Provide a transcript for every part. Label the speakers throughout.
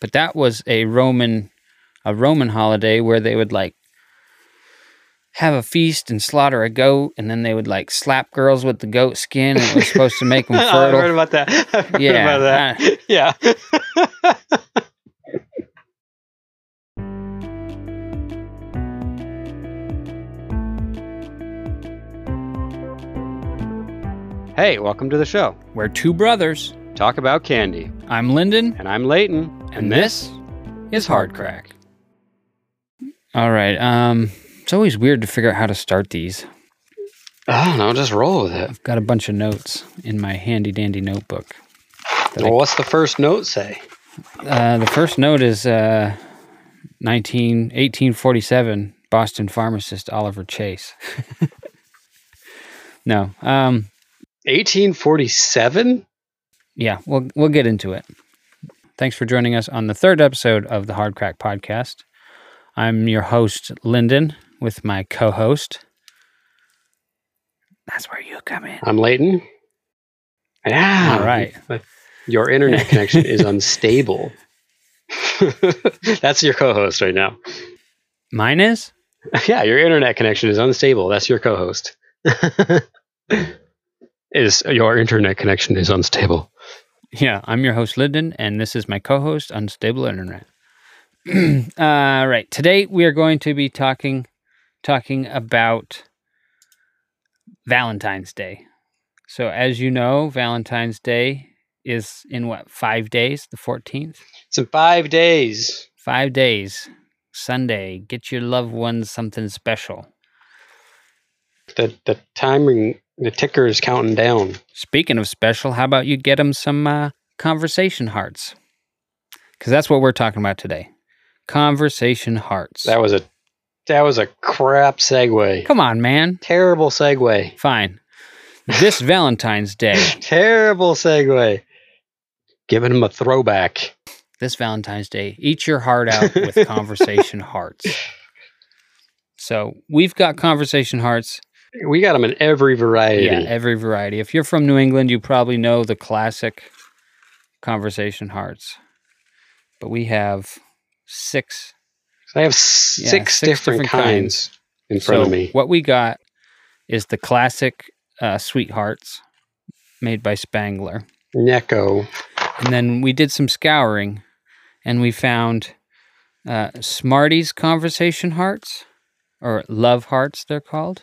Speaker 1: But that was a Roman a Roman holiday where they would like have a feast and slaughter a goat and then they would like slap girls with the goat skin and it was supposed to make them
Speaker 2: Oh, I heard
Speaker 1: fertile.
Speaker 2: about that. I heard
Speaker 1: Yeah,
Speaker 2: about that. Yeah. hey, welcome to the show.
Speaker 1: We're two brothers.
Speaker 2: Talk about candy.
Speaker 1: I'm Lyndon
Speaker 2: And I'm Leighton.
Speaker 1: and this is Hard Crack. All right. Um it's always weird to figure out how to start these.
Speaker 2: I don't know, just roll with it.
Speaker 1: I've got a bunch of notes in my handy dandy notebook. That I-
Speaker 2: Well, what's the first note say?
Speaker 1: Uh, the first note is uh, 19, 1847, Boston pharmacist Oliver Chase. no, um,
Speaker 2: 1847?
Speaker 1: yeah, we'll we'll get into it. Thanks for joining us on the third episode of the Hard Crack Podcast. I'm your host Lyndon with my co-host. That's where you come in.
Speaker 2: I'm Leighton. Yeah.
Speaker 1: All right.
Speaker 2: Your internet connection is unstable. That's your co-host right now.
Speaker 1: Mine is
Speaker 2: Yeah, your internet connection is unstable. That's your co-host. is your internet connection is unstable.
Speaker 1: Yeah, I'm your host, Lyndon, and this is my co host, Unstable Internet. All right, today we are going to be talking talking about Valentine's Day. So, as you know, Valentine's Day is in what, five days, the 14th?
Speaker 2: It's in five days.
Speaker 1: Five days, Sunday. Get your loved ones something special.
Speaker 2: The the timing the ticker is counting down.
Speaker 1: Speaking of special, how about you get them some uh, conversation hearts? Because that's what we're talking about today. Conversation hearts.
Speaker 2: That was a that was a crap segue.
Speaker 1: Come on, man.
Speaker 2: Terrible segue.
Speaker 1: Fine. This Valentine's Day,
Speaker 2: Terrible segue. Giving him a throwback.
Speaker 1: this Valentine's Day, eat your heart out with conversation hearts. So we've got conversation hearts.
Speaker 2: We got him in every variety.
Speaker 1: Yeah, every variety. If you're from New England, you probably know the classic conversation hearts. But we have six
Speaker 2: I have s-
Speaker 1: Yeah,
Speaker 2: six,
Speaker 1: six
Speaker 2: different,
Speaker 1: different
Speaker 2: kinds, in front
Speaker 1: So
Speaker 2: of me.
Speaker 1: What we got is the classic uh, Sweethearts made by Spangler.
Speaker 2: Necco.
Speaker 1: And then we did some scouring and we found uh, Smarties Conversation Hearts or Love Hearts, they're called.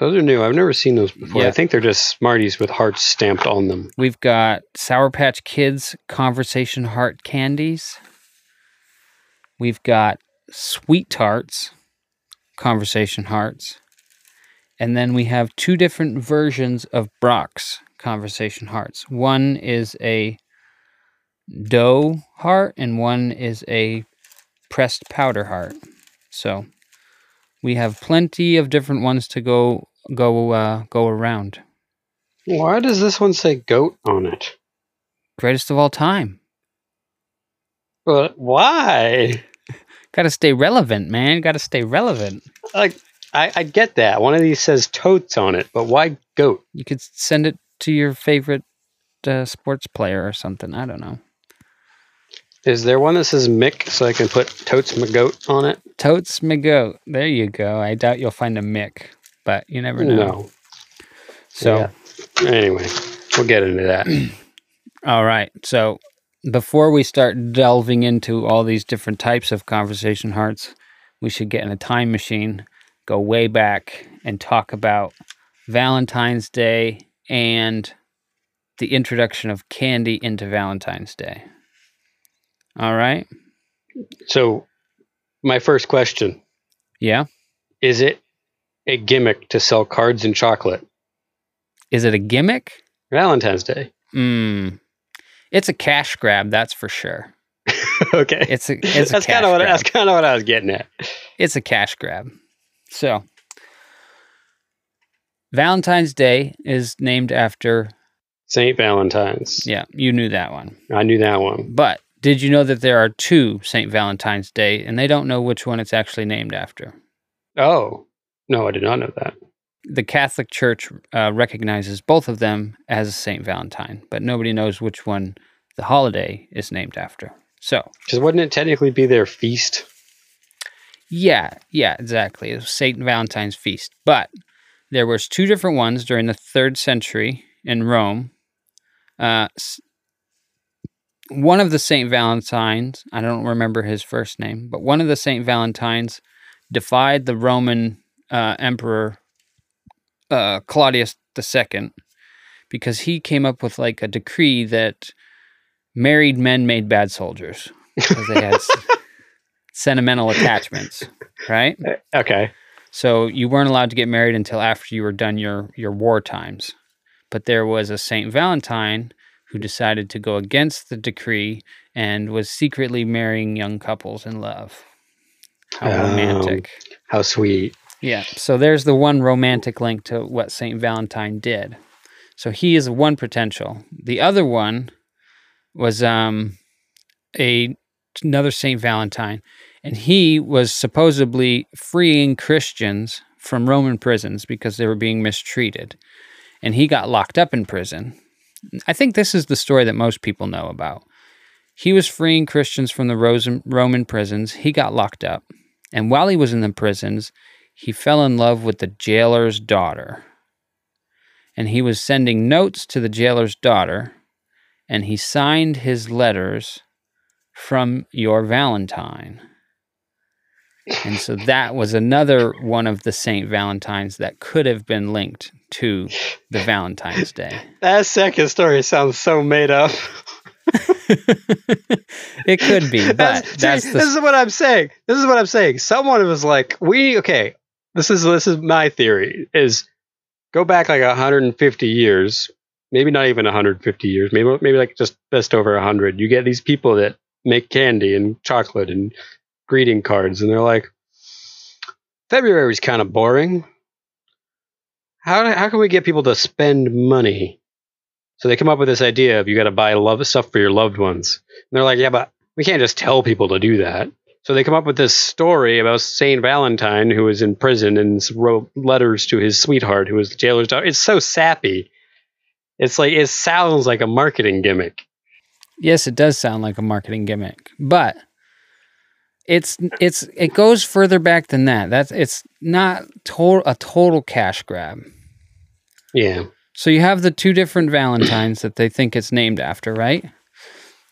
Speaker 2: Those are new. I've never seen those before.
Speaker 1: Yeah.
Speaker 2: I think they're just Smarties with hearts stamped on them.
Speaker 1: We've got Sour Patch Kids Conversation Heart Candies. We've got Sweet Tarts Conversation Hearts. And then we have two different versions of Brock's Conversation Hearts. One is a dough heart, and one is a pressed powder heart. So we have plenty of different ones to go go uh, go around.
Speaker 2: Why does this one say goat on it?
Speaker 1: Greatest of all time.
Speaker 2: But why?
Speaker 1: Got to stay relevant, man. Got to stay relevant.
Speaker 2: Like, I, I get that. One of these says totes on it, but why goat?
Speaker 1: You could send it to your favorite uh, sports player or something. I don't know.
Speaker 2: Is there one that says Mick so I can put totes my goat on it?
Speaker 1: Totes McGoat. There you go. I doubt you'll find a Mick, but you never know.
Speaker 2: No.
Speaker 1: So,
Speaker 2: Yeah. Anyway, we'll get into that.
Speaker 1: all right. So, before we start delving into all these different types of conversation hearts, we should get in a time machine, go way back, and talk about Valentine's Day and the introduction of candy into Valentine's Day. All right.
Speaker 2: so, my first question
Speaker 1: Yeah.
Speaker 2: is it a gimmick to sell cards and chocolate?
Speaker 1: Is it a gimmick?
Speaker 2: Valentine's Day.
Speaker 1: Mm. It's a cash grab, that's for sure.
Speaker 2: okay.
Speaker 1: It's a it's a
Speaker 2: that's
Speaker 1: cash
Speaker 2: kind of what
Speaker 1: grab.
Speaker 2: that's kind of what I was getting at.
Speaker 1: It's a cash grab. So, Valentine's Day is named after
Speaker 2: St. Valentine's.
Speaker 1: yeah, you knew that one.
Speaker 2: I knew that one.
Speaker 1: But did you know that there are two St. Valentine's Day and they don't know which one it's actually named after?
Speaker 2: Oh no, I did not know that.
Speaker 1: the Catholic Church uh, recognizes both of them as Saint Valentine, but nobody knows which one the holiday is named after. So,
Speaker 2: Because wouldn't it technically be their feast?
Speaker 1: yeah, yeah, exactly. It was St. Valentine's feast. But there was two different ones during the 3rd century in Rome. Uh, s- one of the St. Valentines, I don't remember his first name, but one of the St. Valentines defied the Roman uh, emperor uh, Claudius II because he came up with like a decree that married men made bad soldiers because they had s- sentimental attachments, right?
Speaker 2: Okay.
Speaker 1: So you weren't allowed to get married until after you were done your your war times. But there was a Saint Valentine who decided to go against the decree and was secretly marrying young couples in love. How
Speaker 2: Oh.
Speaker 1: romantic.
Speaker 2: How sweet.
Speaker 1: Yeah. So there's the one romantic link to what St. Valentine did. So he is one potential. The other one was um, a another St. Valentine, and he was supposedly freeing Christians from Roman prisons because they were being mistreated, and he got locked up in prison. I think this is the story that most people know about. He was freeing Christians from the Rosen- Roman prisons. He got locked up. And while he was in the prisons, he fell in love with the jailer's daughter. And he was sending notes to the jailer's daughter, and he signed his letters from your Valentine. And so that was another one of the St. Valentines that could have been linked to the Valentine's Day.
Speaker 2: That second story sounds so made up.
Speaker 1: it could be, but that's,
Speaker 2: see,
Speaker 1: the
Speaker 2: this is what I'm saying. This is what I'm saying. Someone was like, "We okay." This is this is my theory. Is go back like 150 years, maybe not even 150 years, maybe maybe like just just over 100. You get these people that make candy and chocolate and greeting cards, and they're like, "February's kind of boring. How how can we get people to spend money?" So they come up with this idea of you got to buy love stuff for your loved ones. And they're like, "Yeah, but we can't just tell people to do that. So they come up with this story about Saint Valentine who was in prison and s- wrote letters to his sweetheart who was the jailer's daughter. It's so sappy. It's like it sounds like a marketing gimmick.
Speaker 1: Yes, it does sound like a marketing gimmick, but it's it's it goes further back than that. That's it's not total a total cash grab.
Speaker 2: Yeah.
Speaker 1: So you have the two different Valentines that they think it's named after, right?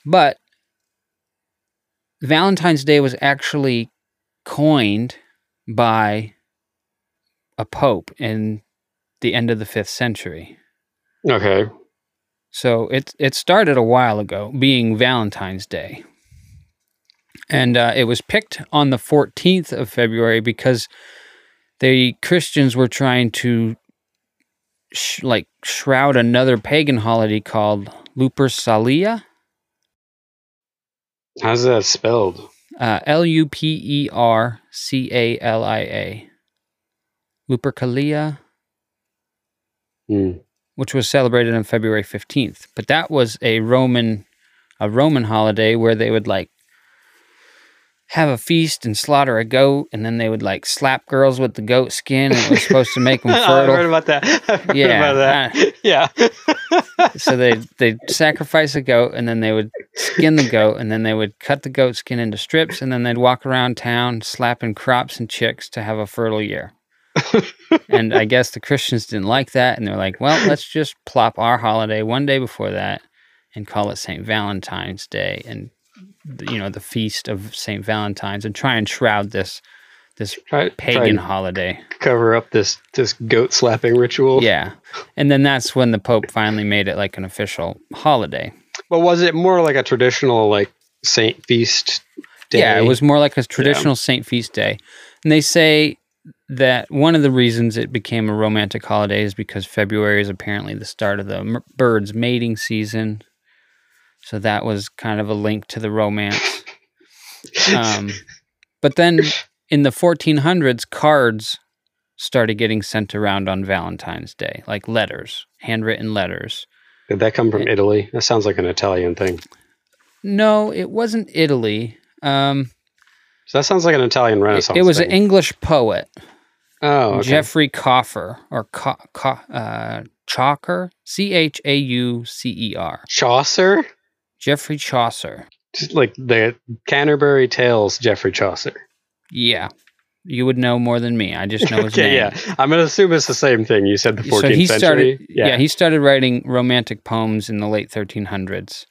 Speaker 1: But Valentine's Day was actually coined by a pope in the end of the 5th century.
Speaker 2: Okay.
Speaker 1: So it it started a while ago, being Valentine's Day, and uh, it was picked on the 14th of February because the Christians were trying to sh- like shroud another pagan holiday called Lupercalia,
Speaker 2: How's that spelled?
Speaker 1: uh, L U P E R C A L I A, Lupercalia.
Speaker 2: Hmm.
Speaker 1: which was celebrated on February 15th. But that was a Roman a Roman holiday where they would like have a feast and slaughter a goat and then they would like slap girls with the goat skin and it was supposed to make them
Speaker 2: I've heard
Speaker 1: fertile.
Speaker 2: about that. I've heard
Speaker 1: Yeah,
Speaker 2: about that. yeah.
Speaker 1: So they they sacrifice a goat and then they would skin the goat and then they would cut the goat skin into strips and then they'd walk around town slapping crops and chicks to have a fertile year. and I guess the Christians didn't like that and they're like, well, let's just plop our holiday one day before that and call it St. Valentine's Day and you know the feast of St. Valentine's and try and shroud this this
Speaker 2: Try, try
Speaker 1: pagan
Speaker 2: and
Speaker 1: holiday.
Speaker 2: cover up this this goat slapping ritual.
Speaker 1: Yeah. And then that's when the pope finally made it like an official holiday.
Speaker 2: But was it more like a traditional like saint feast day?
Speaker 1: Yeah, it was more like a traditional Saint Feast day. And they say that one of the reasons it became a romantic holiday is because February is apparently the start of the m- birds' mating season. So that was kind of a link to the romance. Um, but then in the 1400s, cards started getting sent around on Valentine's Day, like letters, handwritten letters.
Speaker 2: Did that come from Italy? That sounds like an Italian thing.
Speaker 1: No, it wasn't Italy. Um,
Speaker 2: So that sounds like an Italian
Speaker 1: it,
Speaker 2: Renaissance.
Speaker 1: it was
Speaker 2: thing.
Speaker 1: an English poet
Speaker 2: oh, okay.
Speaker 1: Jeffrey Coffer or Co- Co- uh, Chalker, C H A U C E R.
Speaker 2: Chaucer.
Speaker 1: Jeffrey Chaucer.
Speaker 2: Just like the Canterbury Tales Geoffrey Chaucer.
Speaker 1: Yeah. You would know more than me. I just know his name.
Speaker 2: yeah. I'm gonna assume it's the same thing. You said the 14th
Speaker 1: so he
Speaker 2: century.
Speaker 1: started yeah.
Speaker 2: yeah.
Speaker 1: he started writing romantic poems in the late 1300s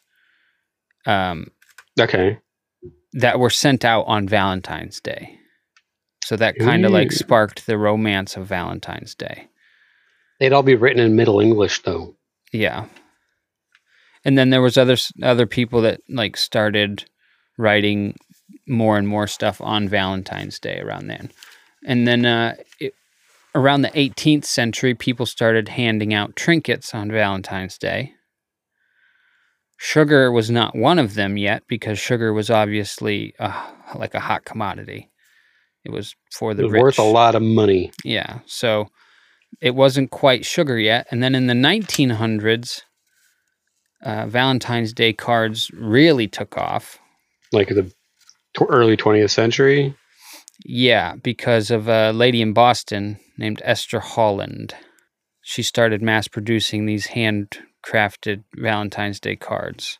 Speaker 1: um,
Speaker 2: okay.
Speaker 1: that were sent out on Valentine's Day. So that kind of like
Speaker 2: Ooh.
Speaker 1: sparked the romance of Valentine's Day.
Speaker 2: They'd all be written in Middle English though.
Speaker 1: Yeah. And then there was other s- other people that like started writing more and more stuff on Valentine's Day around then. And then uh, it, around the 18th century, people started handing out trinkets on Valentine's Day. Sugar was not one of them yet because sugar was obviously uh, like a hot commodity. It was for the
Speaker 2: It was
Speaker 1: rich.
Speaker 2: worth a lot of money.
Speaker 1: Yeah. So it wasn't quite sugar yet. And then in the 1900s, uh, Valentine's Day cards really took off.
Speaker 2: Like the tw- early 20th century.
Speaker 1: Yeah, because of a lady in Boston named Esther Holland. She started mass producing these handcrafted Valentine's Day cards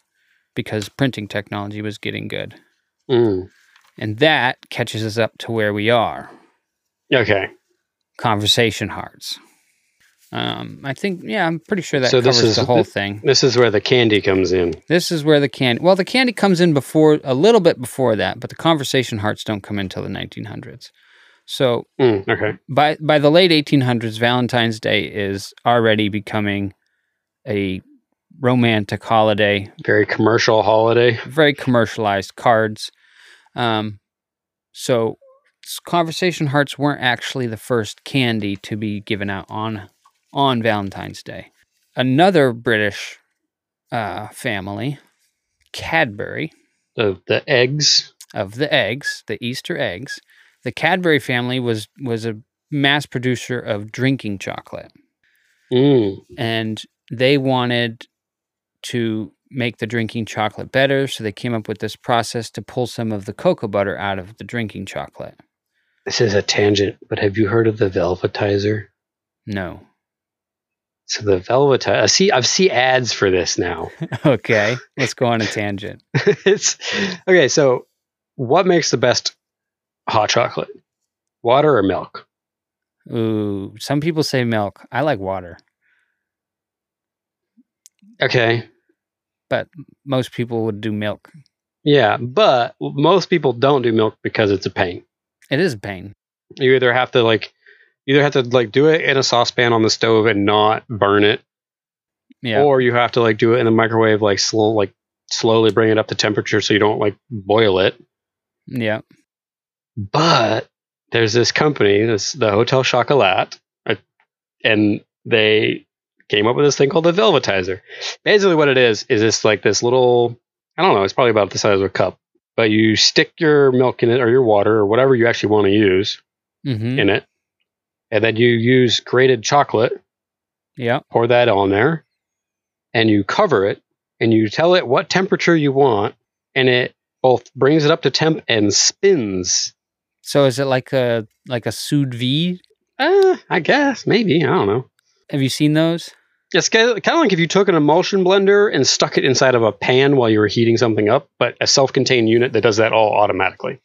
Speaker 1: because printing technology was getting good.
Speaker 2: Mm.
Speaker 1: And that catches us up to where we are.
Speaker 2: Okay.
Speaker 1: Conversation hearts. Um, I think, yeah, I'm pretty sure that
Speaker 2: So this
Speaker 1: covers
Speaker 2: is-
Speaker 1: the whole thing.
Speaker 2: This is where the candy comes in.
Speaker 1: This is where the candy. Well, the candy comes in before a little bit before that, but the conversation hearts don't come in till the 1900s. So
Speaker 2: Mm, okay.
Speaker 1: by by the late 1800s, Valentine's Day is already becoming a romantic holiday,
Speaker 2: Very commercial holiday.
Speaker 1: very commercialized cards. Um, so s- conversation hearts weren't actually the first candy to be given out on on Valentine's Day. Another British uh, family, Cadbury,
Speaker 2: The the eggs.
Speaker 1: of the eggs, the Easter eggs, the Cadbury family was was a mass producer of drinking chocolate,
Speaker 2: Mm.
Speaker 1: and they wanted to make the drinking chocolate better, so they came up with this process to pull some of the cocoa butter out of the drinking chocolate.
Speaker 2: This is a tangent, but have you heard of the velvetizer?
Speaker 1: No.
Speaker 2: So the velvetizer. I see. I see ads for this now.
Speaker 1: Okay, let's go on a tangent.
Speaker 2: it's okay. So, what makes the best hot chocolate? Water or milk?
Speaker 1: Ooh, some people say milk. I like water.
Speaker 2: Okay.
Speaker 1: Most people would do milk.
Speaker 2: Yeah, but most people don't do milk because it's a pain.
Speaker 1: It is a pain.
Speaker 2: You either have to like, you either have to like do it in a saucepan on the stove and not burn it,
Speaker 1: Yeah.
Speaker 2: or you have to like do it in the microwave, like slow, like slowly bring it up to temperature so you don't like boil it.
Speaker 1: yeah.
Speaker 2: but there's this company, this the Hotel Chocolat, uh, and they came up with this thing called the Velvetizer. Basically, what it is is it's like this little, I don't know, it's probably about the size of a cup, but you stick your milk in it or your water or whatever you actually want to use
Speaker 1: Mm-hmm.
Speaker 2: in it, and then you use grated chocolate,
Speaker 1: Yeah.
Speaker 2: pour that on there, and you cover it, and you tell it what temperature you want, and it both brings it up to temp and spins
Speaker 1: So is it like a like a sous vide
Speaker 2: Uh, I guess maybe I don't know.
Speaker 1: Have you seen those?
Speaker 2: It's kind of like if you took an emulsion blender and stuck it inside of a pan while you were heating something up, but a self-contained unit that does that all automatically.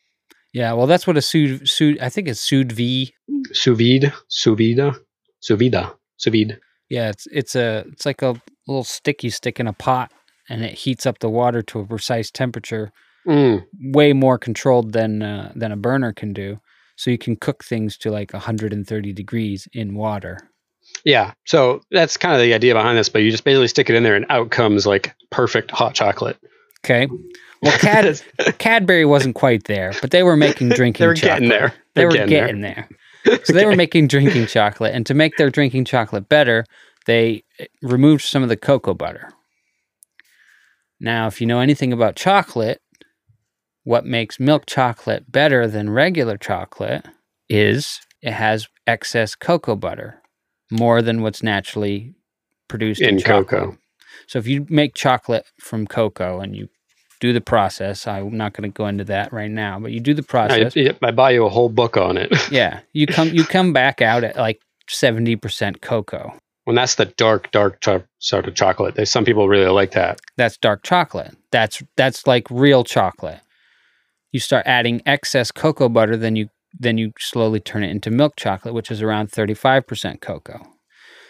Speaker 1: Yeah, well, that's what a sous, sous I think it's sous vide.
Speaker 2: Sous vide, sous vide, sous vide, sous vide.
Speaker 1: Yeah, it's it's a it's like a little stick you stick in a pot, and it heats up the water to a precise temperature,
Speaker 2: Mm,
Speaker 1: way more controlled than uh, than a burner can do. So you can cook things to like 130 degrees in water.
Speaker 2: yeah. So that's kind of the idea behind this, but you just basically stick it in there, and out comes like perfect hot chocolate.
Speaker 1: Okay, well, Cad-
Speaker 2: It's-
Speaker 1: Cadbury wasn't quite there, but they were making drinking.
Speaker 2: they were
Speaker 1: chocolate.
Speaker 2: getting there.
Speaker 1: They
Speaker 2: They're
Speaker 1: were
Speaker 2: getting
Speaker 1: getting,
Speaker 2: there.
Speaker 1: there. So they were making drinking chocolate, and to make their drinking chocolate better, they eh, removed some of the cocoa butter. Now, if you know anything about chocolate, what makes milk chocolate better than regular chocolate is it has excess cocoa butter, more than what's naturally produced in,
Speaker 2: In
Speaker 1: chocolate.
Speaker 2: cocoa.
Speaker 1: So if you make chocolate from cocoa and you do the process, I'm not going to go into that right now, but you do the process
Speaker 2: I, yep, I buy you a whole book on it.
Speaker 1: yeah you come you come back out at like 70% cocoa
Speaker 2: Well, that's the dark, dark cho- sort of chocolate. They, some people really like that.
Speaker 1: That's dark chocolate. That's that's like real chocolate. You start adding excess cocoa butter, then you then you slowly turn it into milk chocolate, which is around 35% cocoa.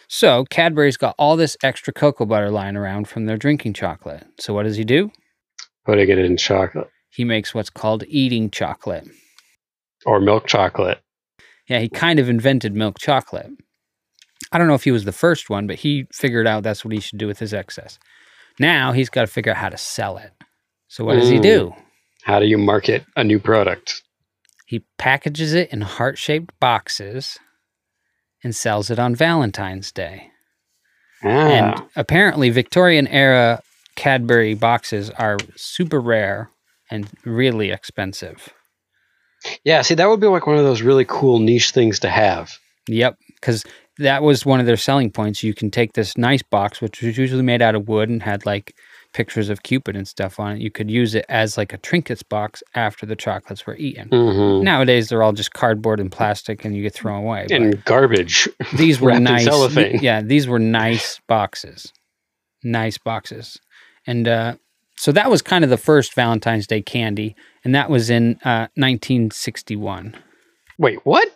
Speaker 1: So Cadbury's got all this extra cocoa butter lying around from their drinking chocolate. So what does he do?
Speaker 2: Putting it in chocolate
Speaker 1: He makes what's called eating chocolate.
Speaker 2: or milk chocolate.
Speaker 1: Yeah, he kind of invented milk chocolate. I don't know if he was the first one, but he figured out that's what he should do with his excess. Now he's got to figure out how to sell it. So what does he
Speaker 2: Mm.
Speaker 1: do?
Speaker 2: How do you market a new product?
Speaker 1: He packages it in heart shaped boxes and sells it on Valentine's Day.
Speaker 2: Ah,
Speaker 1: And apparently, Victorian era Cadbury boxes are super rare and really expensive.
Speaker 2: yeah. See, that would be like one of those really cool niche things to have.
Speaker 1: Yep, because that was one of their selling points. You can take this nice box, which was usually made out of wood and had like pictures of Cupid and stuff on it. You could use it as like a trinkets box after the chocolates were eaten.
Speaker 2: Mm-hmm.
Speaker 1: Nowadays, they're all just cardboard and plastic, and you get thrown away. but-
Speaker 2: And garbage.
Speaker 1: these were
Speaker 2: wrapped in
Speaker 1: nice.
Speaker 2: cellophane.
Speaker 1: Yeah, these were nice boxes. Nice boxes. And uh, so that was kind of the first Valentine's Day candy, and that was in uh, 1961.
Speaker 2: Wait, what?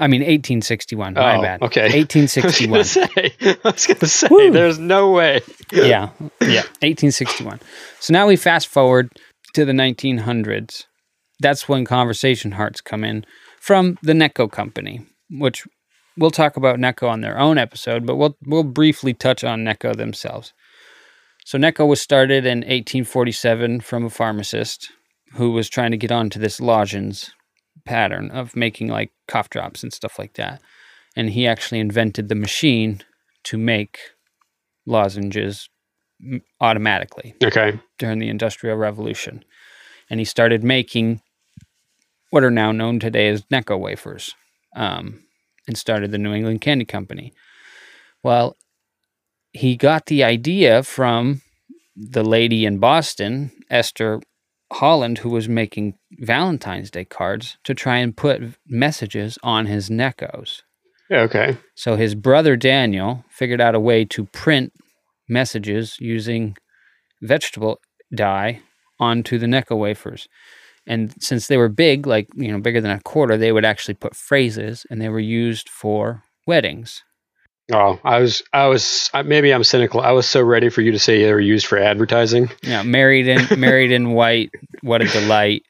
Speaker 1: I mean, 1861. my
Speaker 2: Oh,
Speaker 1: bad.
Speaker 2: okay. I was
Speaker 1: 1861.
Speaker 2: gonna say. I was gonna say.
Speaker 1: Woo.
Speaker 2: There's no way.
Speaker 1: yeah. Yeah. 1861. So now we fast forward to the 1900s. That's when conversation hearts come in from the Necco company, which we'll talk about Necco on their own episode, but we'll we'll briefly touch on Necco themselves. So Necco was started in 1847 from a pharmacist who was trying to get onto this lozenges pattern of making like cough drops and stuff like that. And he actually invented the machine to make lozenges m- automatically
Speaker 2: Okay.
Speaker 1: during the Industrial Revolution. And he started making what are now known today as Necco wafers um, and started the New England Candy Company. Well, he got the idea from the lady in Boston, Esther Holland, who was making Valentine's Day cards to try and put v- messages on his Neccos.
Speaker 2: Okay.
Speaker 1: So his brother Daniel figured out a way to print messages using vegetable dye onto the Necco wafers. And since they were big, like, you know, bigger than a quarter, they would actually put phrases and they were used for weddings.
Speaker 2: Oh, I was, I was, I- maybe I'm cynical. I was so ready for you to say they were used for advertising.
Speaker 1: You know, married in married in white, what a delight,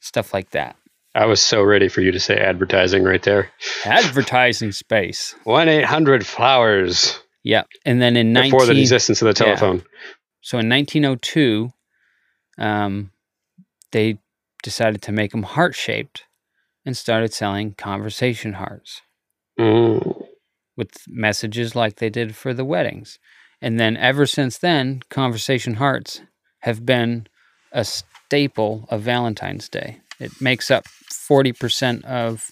Speaker 1: stuff like that.
Speaker 2: I was so ready for you to say advertising right there.
Speaker 1: Advertising space.
Speaker 2: 1 800 Flowers
Speaker 1: Yep. And then in 19
Speaker 2: before the existence of the telephone.
Speaker 1: So in 1902, um, they decided to make them heart shaped and started selling conversation hearts
Speaker 2: Mm.
Speaker 1: with messages like they did for the weddings. And then ever since then, conversation hearts have been a staple of Valentine's Day. It makes up 40% of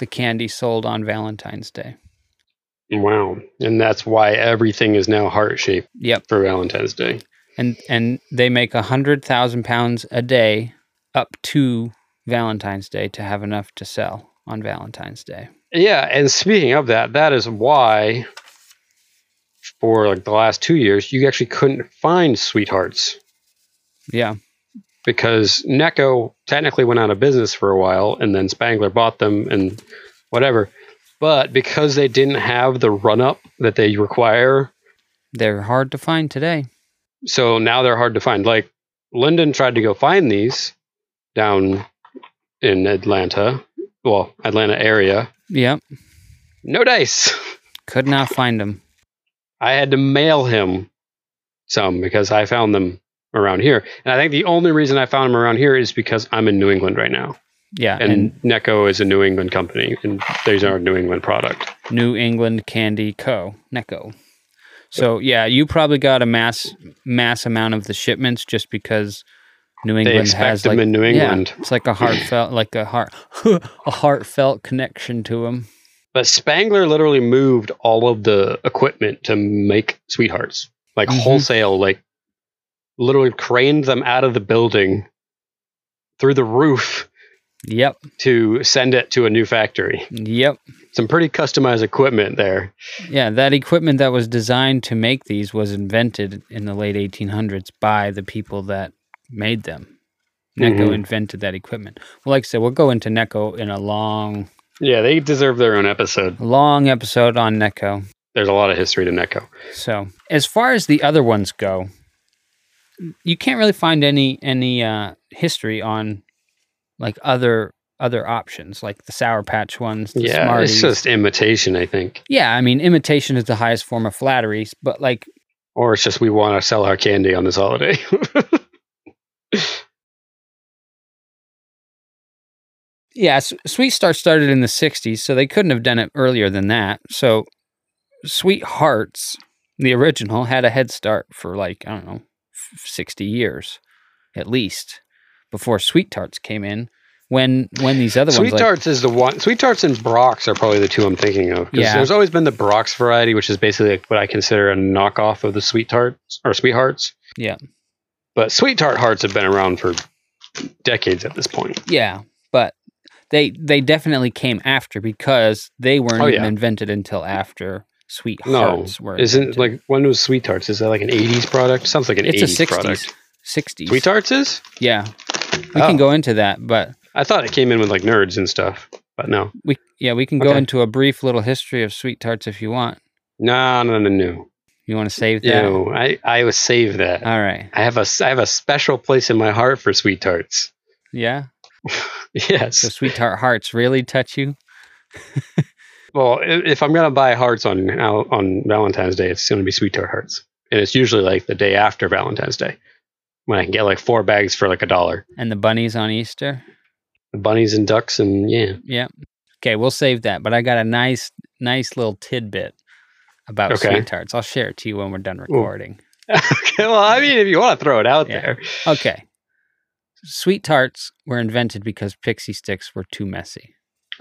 Speaker 1: the candy sold on Valentine's Day.
Speaker 2: Wow. And that's why everything is now heart shaped
Speaker 1: Yep.
Speaker 2: for Valentine's Day.
Speaker 1: and and they make a hundred thousand pounds a day up to Valentine's Day to have enough to sell on Valentine's Day.
Speaker 2: Yeah. And speaking of that, that is why for like the last two years, you actually couldn't find sweethearts
Speaker 1: Yeah,
Speaker 2: because Necco technically went out of business for a while and then Spangler bought them and whatever. But because they didn't have the run up that they require
Speaker 1: they're hard to find today.
Speaker 2: so now they're hard to find. Like Lyndon tried to go find these down in Atlanta, well, Atlanta area.
Speaker 1: Yep,
Speaker 2: No dice.
Speaker 1: could not find them.
Speaker 2: I had to mail him some because I found them around here. And I think the only reason I found them around here is because I'm in New England right now.
Speaker 1: Yeah,
Speaker 2: And,
Speaker 1: Uh, and,
Speaker 2: Necco is a New England company and these are a New England product.
Speaker 1: New England Candy Co. Necco. So yeah, you probably got a mass mass amount of the shipments just because New
Speaker 2: they
Speaker 1: England
Speaker 2: expect
Speaker 1: has
Speaker 2: them
Speaker 1: like
Speaker 2: in New
Speaker 1: yeah,
Speaker 2: England.
Speaker 1: it's like a heartfelt like a heart a heartfelt connection to them.
Speaker 2: But Spangler literally moved all of the equipment to make sweethearts, like
Speaker 1: Mhm.
Speaker 2: wholesale, like literally craned them out of the building through the roof
Speaker 1: Yep.
Speaker 2: to send it to a new factory.
Speaker 1: Yep.
Speaker 2: Some pretty customized equipment there.
Speaker 1: Yeah, that equipment that was designed to make these was invented in the late 1800s by the people that made them. NECO
Speaker 2: Mhm.
Speaker 1: invented that equipment. Well, like I said, we'll go into NECO in a long,
Speaker 2: Yeah, they deserve their own episode.
Speaker 1: long episode on NECO.
Speaker 2: There's a lot of history to Necco.
Speaker 1: So, as far as the other ones go, you can't really find any any uh, history on like other other options, like the Sour Patch ones. The
Speaker 2: yeah,
Speaker 1: Smarties.
Speaker 2: it's just imitation, I think.
Speaker 1: yeah. I mean, imitation is the highest form of flattery, but like
Speaker 2: Or it's just we want to sell our candy on this holiday.
Speaker 1: yeah, S- Sweet Start started in the 60s, so they couldn't have done it earlier than that. So Sweethearts, the original, had a head start for like, I don't know, f- 60 years at least before Sweet Tarts came in. When when these other ones
Speaker 2: Sweet
Speaker 1: like,
Speaker 2: Tarts is the one. Sweet Tarts and Brock's are probably the two I'm thinking of. 'cause
Speaker 1: Yeah.
Speaker 2: There's always been the Brock's variety, which is basically like what I consider a knockoff of the Sweet Tarts or Sweethearts.
Speaker 1: Yeah.
Speaker 2: But Sweet Tart Hearts have been around for decades at this point.
Speaker 1: yeah, but they they definitely came after because they weren't
Speaker 2: Oh,
Speaker 1: even
Speaker 2: yeah.
Speaker 1: invented until after
Speaker 2: No.
Speaker 1: Sweethearts were
Speaker 2: Isn't
Speaker 1: invented.
Speaker 2: like when was Sweet Tarts? Is that like an 80s product? Sounds like an
Speaker 1: it's a
Speaker 2: 80s
Speaker 1: 60s
Speaker 2: product.
Speaker 1: 60s
Speaker 2: Sweet Tarts is?
Speaker 1: yeah we
Speaker 2: Oh.
Speaker 1: can go into that but
Speaker 2: I thought it came in with like nerds and stuff, but no.
Speaker 1: We yeah, we can go
Speaker 2: Okay.
Speaker 1: into a brief little history of sweet tarts if you want.
Speaker 2: No, no, no, no.
Speaker 1: You want to save that?
Speaker 2: No, I, I would save that.
Speaker 1: All right.
Speaker 2: I have a s- I have a special place in my heart for Sweet Tarts.
Speaker 1: Yeah.
Speaker 2: Yes.
Speaker 1: So sweet tart hearts really touch you.
Speaker 2: Well, i- if I'm gonna buy hearts on Al- on Valentine's Day, it's gonna be sweet tart hearts, and it's usually like the day after Valentine's Day when I can get like four bags for like a dollar.
Speaker 1: And the bunnies on Easter.
Speaker 2: The bunnies and ducks and yeah.
Speaker 1: Yeah. Okay, we'll save that. But I got a nice, nice little tidbit about
Speaker 2: Okay.
Speaker 1: sweet tarts. I'll share it to you when we're done recording.
Speaker 2: okay. Well, I mean, if you want to throw it out
Speaker 1: Yeah.
Speaker 2: there,
Speaker 1: Okay. Sweet tarts were invented because pixie sticks were too messy.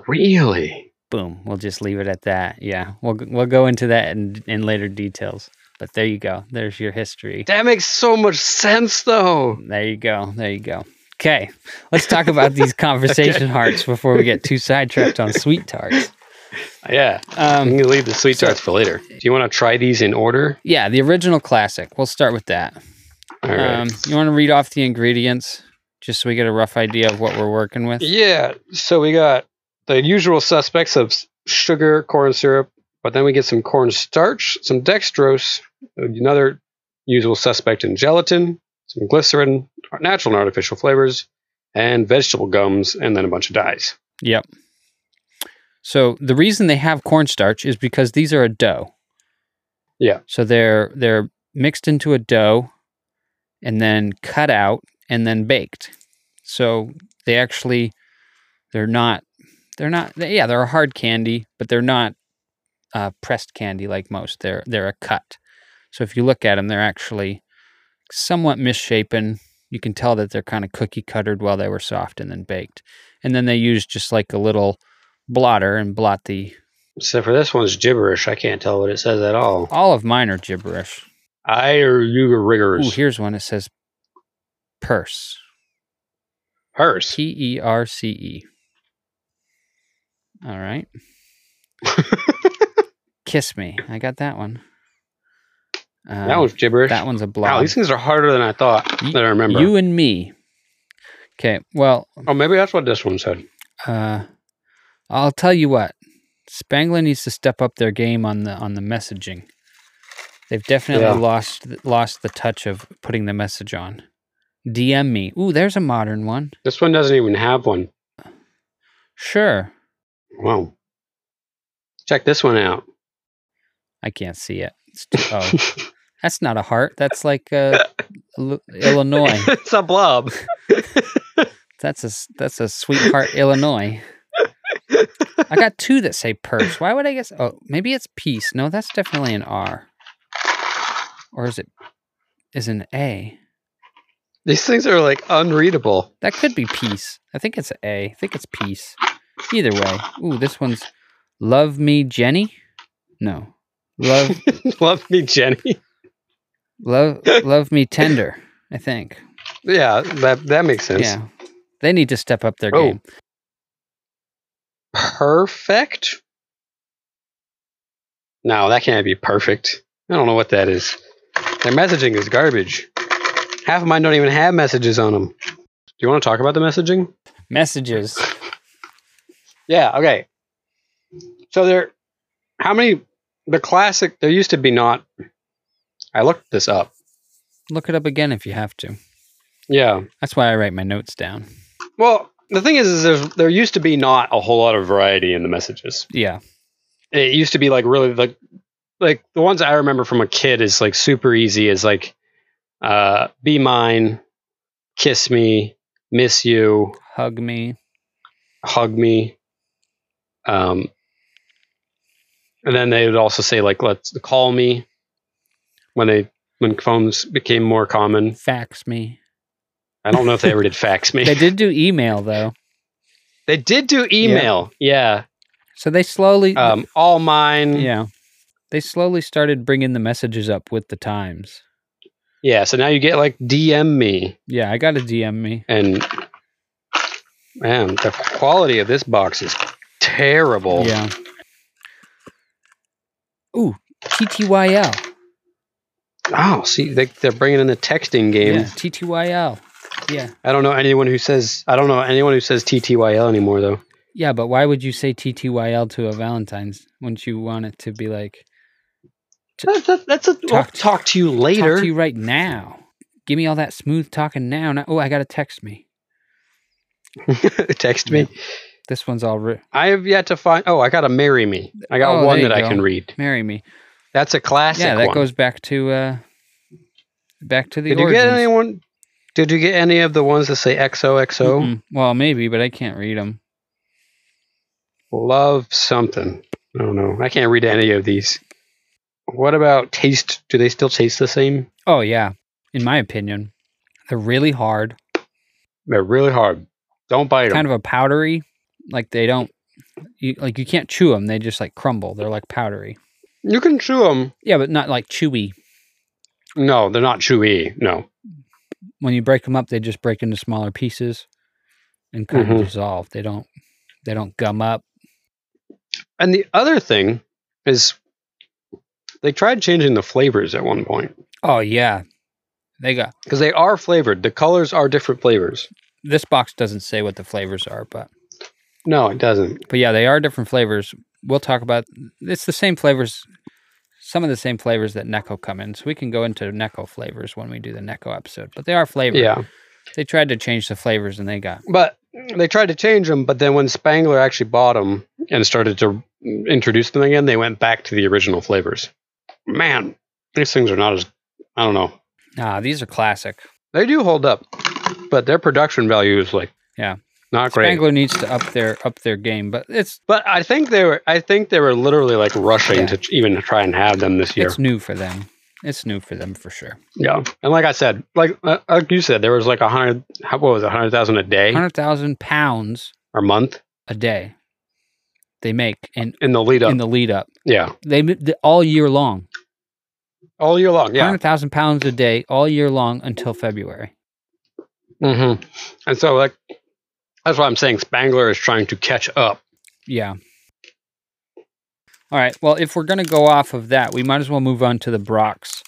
Speaker 2: really.
Speaker 1: Boom. We'll just leave it at that. Yeah. We'll g- we'll go into that in, in later details. But there you go. There's your history.
Speaker 2: That makes so much sense, though.
Speaker 1: There you go. There you go. Okay. Let's talk about these conversation hearts before we get too sidetracked on sweet tarts.
Speaker 2: Yeah, I'm
Speaker 1: Um,
Speaker 2: gonna leave the sweet
Speaker 1: so-
Speaker 2: tarts for later. Do you want to try these in order?
Speaker 1: yeah, the original classic. We'll start with that.
Speaker 2: All right.
Speaker 1: Um, you want to read off the ingredients just so we get a rough idea of what we're working with?
Speaker 2: Yeah, so we got the usual suspects of s- sugar, corn syrup, but then we get some corn starch, some dextrose, another usual suspect in gelatin, some glycerin, natural and artificial flavors, and vegetable gums, and then a bunch of dyes.
Speaker 1: Yep. So the reason they have cornstarch is because these are a dough.
Speaker 2: Yeah.
Speaker 1: So they're they're mixed into a dough and then cut out and then baked. So they actually they're not they're not they- yeah, they're a hard candy, but they're not uh, pressed candy like most. They're they're a cut. So if you look at them, they're actually somewhat misshapen. You can tell that they're kind of cookie cuttered while they were soft and then baked and then they use just like a little blotter and blot the
Speaker 2: So for this one's gibberish. I can't tell what it says at all.
Speaker 1: all of mine are gibberish
Speaker 2: I or you or
Speaker 1: Ooh,
Speaker 2: rigorous.
Speaker 1: here's one that says purse E
Speaker 2: Hers.
Speaker 1: p-e-r-c-e all right kiss me i got that one uh,
Speaker 2: That one's gibberish.
Speaker 1: that one's a
Speaker 2: Wow,
Speaker 1: blob
Speaker 2: these things are harder than I thought
Speaker 1: You-
Speaker 2: that I remember.
Speaker 1: you and me okay well
Speaker 2: oh, maybe that's what this one said.
Speaker 1: uh, i'll tell you what spangler needs to step up their game on the on the messaging They've definitely
Speaker 2: Yeah.
Speaker 1: lost lost the touch of putting the message on. DM me. Ooh, there's a modern one.
Speaker 2: This one doesn't even have one.
Speaker 1: Sure.
Speaker 2: Wow. Check this one out.
Speaker 1: I can't see it. It's too, oh, that's not a heart. That's like uh, Ill- Illinois.
Speaker 2: it's a blob.
Speaker 1: That's a s- that's a sweetheart Illinois. I got two that say purse. Why would I guess? Oh, maybe it's peace. No, that's definitely an R. Or is it is an A?
Speaker 2: These things are like unreadable.
Speaker 1: That could be peace. I think it's a A. I think it's peace. Either way. Ooh, this one's Love Me Jenny? No. Love
Speaker 2: Love me, Jenny.
Speaker 1: Love Love Me Tender, I think.
Speaker 2: Yeah, that that makes sense.
Speaker 1: Yeah. They need to step up their
Speaker 2: Oh.
Speaker 1: game.
Speaker 2: perfect. No, that can't be perfect. I don't know what that is. Their messaging is garbage. Half of mine don't even have messages on them. Do you want to talk about the messaging?
Speaker 1: Messages.
Speaker 2: Yeah, okay. So there how many the classic there used to be not I looked this up.
Speaker 1: Look it up again if you have to.
Speaker 2: Yeah.
Speaker 1: That's why I write my notes down.
Speaker 2: Well, the thing is, is there's, there used to be not a whole lot of variety in the messages.
Speaker 1: Yeah.
Speaker 2: It used to be like really like like the ones I remember from a kid is like super easy. Is like, uh, be mine, kiss me, miss you,
Speaker 1: Hug me.
Speaker 2: hug me. Um, and then they would also say like, let's call me. When they when phones became more common,
Speaker 1: Fax me.
Speaker 2: I don't know if they ever did fax me.
Speaker 1: They did do email though.
Speaker 2: They did do email. Yeah.
Speaker 1: So they slowly
Speaker 2: Um, all mine.
Speaker 1: Yeah. They slowly started bringing the messages up with the times.
Speaker 2: Yeah, so now you get like DM me
Speaker 1: Yeah, I got to DM me.
Speaker 2: and man, the quality of this box is terrible.
Speaker 1: Yeah. Ooh, TTYL.
Speaker 2: Oh, see, they, they're bringing in the texting game.
Speaker 1: Yeah, TTYL. Yeah.
Speaker 2: I don't know anyone who says I don't know anyone who says TTYL anymore though.
Speaker 1: Yeah, but why would you say TTYL to a Valentine's? Wouldn't you want it to be like,
Speaker 2: That's a, that's a
Speaker 1: Talk
Speaker 2: talk,
Speaker 1: to-
Speaker 2: talk to you later.
Speaker 1: talk to you right now? Give me all that smooth talking now. now oh, I got to text me.
Speaker 2: Text me.
Speaker 1: This one's all ri
Speaker 2: I have yet to find. Oh, I got to marry me. I
Speaker 1: Oh,
Speaker 2: got
Speaker 1: there
Speaker 2: one
Speaker 1: you
Speaker 2: that I
Speaker 1: go.
Speaker 2: can read.
Speaker 1: marry me.
Speaker 2: That's a classic.
Speaker 1: yeah, that
Speaker 2: one.
Speaker 1: goes back to uh back to the
Speaker 2: Did you
Speaker 1: origins.
Speaker 2: get anyone? Did you get any of the ones that say XOXO?
Speaker 1: Mm-mm. Well, maybe, but I can't read them.
Speaker 2: Love something. I don't know. I can't read any of these. What about taste? Do they still taste the same?
Speaker 1: Oh yeah, in my opinion, they're really hard.
Speaker 2: They're really hard. Don't bite them.
Speaker 1: Kind of a powdery, like they don't, you, like you can't chew them. They just like crumble. They're like powdery.
Speaker 2: you can chew them.
Speaker 1: Yeah, but not like chewy.
Speaker 2: No, they're not chewy. No.
Speaker 1: When you break them up, they just break into smaller pieces and kind
Speaker 2: Mhm.
Speaker 1: of dissolve. They don't, they don't gum up.
Speaker 2: And the other thing is, they tried changing the flavors at one point
Speaker 1: Oh yeah, they got
Speaker 2: because they are flavored. The colors are different flavors.
Speaker 1: this box doesn't say what the flavors are, but
Speaker 2: No, it doesn't.
Speaker 1: but yeah, they are different flavors. We'll talk about it's the same flavors, some of the same flavors that Necco come in. So we can go into Necco flavors when we do the Necco episode. But they are flavored.
Speaker 2: Yeah,
Speaker 1: They tried to change the flavors and they got
Speaker 2: but they tried to change them. But then when Spangler actually bought them and started to introduce them again, they went back to the original flavors. Man, these things are not as I don't know.
Speaker 1: ah, these are classic.
Speaker 2: They do hold up, but their production value is like
Speaker 1: Yeah.
Speaker 2: not great.
Speaker 1: Spangler needs to up their up their game, but it's
Speaker 2: But I think they were I think they were literally like rushing
Speaker 1: Yeah.
Speaker 2: to ch- even try and have them this year.
Speaker 1: it's new for them. It's new for them for sure.
Speaker 2: yeah, and like I said, like uh, like you said, there was like a hundred. How what was a hundred thousand a day
Speaker 1: Hundred thousand pounds
Speaker 2: or month
Speaker 1: a day they make in
Speaker 2: in the lead up.
Speaker 1: in the lead up.
Speaker 2: yeah,
Speaker 1: They the, all year long.
Speaker 2: all year long. Yeah,
Speaker 1: Hundred thousand pounds a day all year long until February.
Speaker 2: hmm and so like that's why I'm saying Spangler is trying to catch up.
Speaker 1: Yeah. All right. Well, if we're going to go off of that, we might as well move on to the Brock's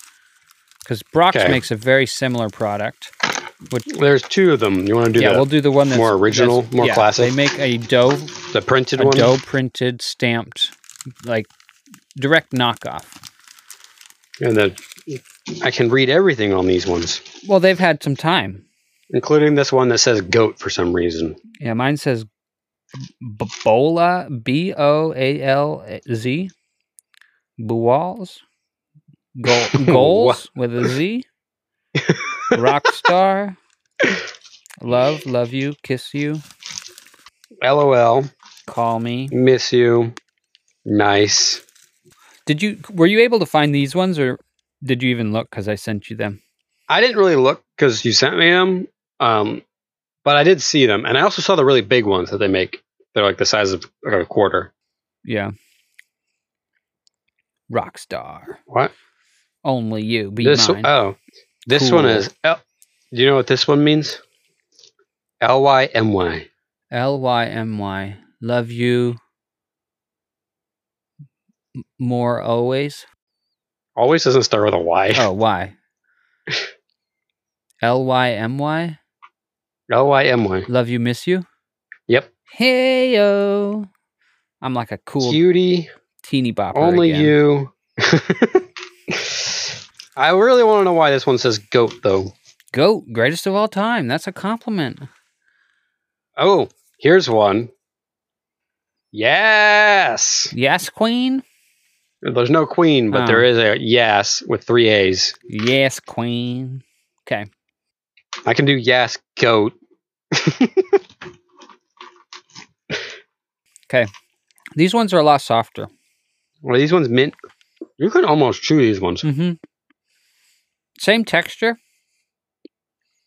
Speaker 1: because Brock's
Speaker 2: Okay.
Speaker 1: makes a very similar product.
Speaker 2: There's two of them. You want to do
Speaker 1: yeah,
Speaker 2: the,
Speaker 1: we'll do the one that's
Speaker 2: more original,
Speaker 1: that's-
Speaker 2: more
Speaker 1: yeah,
Speaker 2: classic?
Speaker 1: They make a dough,
Speaker 2: the printed
Speaker 1: a
Speaker 2: one?
Speaker 1: dough printed, stamped, like direct knockoff.
Speaker 2: and the I can read everything on these ones,
Speaker 1: Well, they've had some time.
Speaker 2: including this one that says goat for some reason.
Speaker 1: Yeah, mine says B- Bola, B O A L E, Z, Buwals, Go- Goals with a Z, Rockstar, Love, Love You, Kiss You,
Speaker 2: LOL,
Speaker 1: Call Me.
Speaker 2: miss you, nice.
Speaker 1: Did you were you able to find these ones, or did you even look? Because I sent you them.
Speaker 2: I didn't really look because you sent me them, um, but I did see them, and I also saw the really big ones that they make. They're like the size of like a quarter.
Speaker 1: Yeah. Rockstar,
Speaker 2: What?
Speaker 1: only you be
Speaker 2: this
Speaker 1: mine.
Speaker 2: oh, this
Speaker 1: Cool.
Speaker 2: one is. L- Do you know what this one means? L Y M Y.
Speaker 1: L Y M Y. love you m- more always.
Speaker 2: Always doesn't start with a Y.
Speaker 1: Oh, why? L Y M Y.
Speaker 2: L Y M Y.
Speaker 1: Love you, miss you.
Speaker 2: Yep.
Speaker 1: Hey yo. I'm like a cool
Speaker 2: Cutie,
Speaker 1: teeny bopper.
Speaker 2: only
Speaker 1: again.
Speaker 2: you. I really want to know why this one says goat though.
Speaker 1: Goat, greatest of all time. That's a compliment.
Speaker 2: Oh, here's one. Yes.
Speaker 1: Yes, queen.
Speaker 2: There's no queen, but
Speaker 1: Oh.
Speaker 2: there is a yes with three A's.
Speaker 1: Yes, queen.
Speaker 2: I can do yes, goat.
Speaker 1: These ones are a lot softer.
Speaker 2: Well, these ones mint. You could almost chew these ones.
Speaker 1: Mm-hmm. Same texture,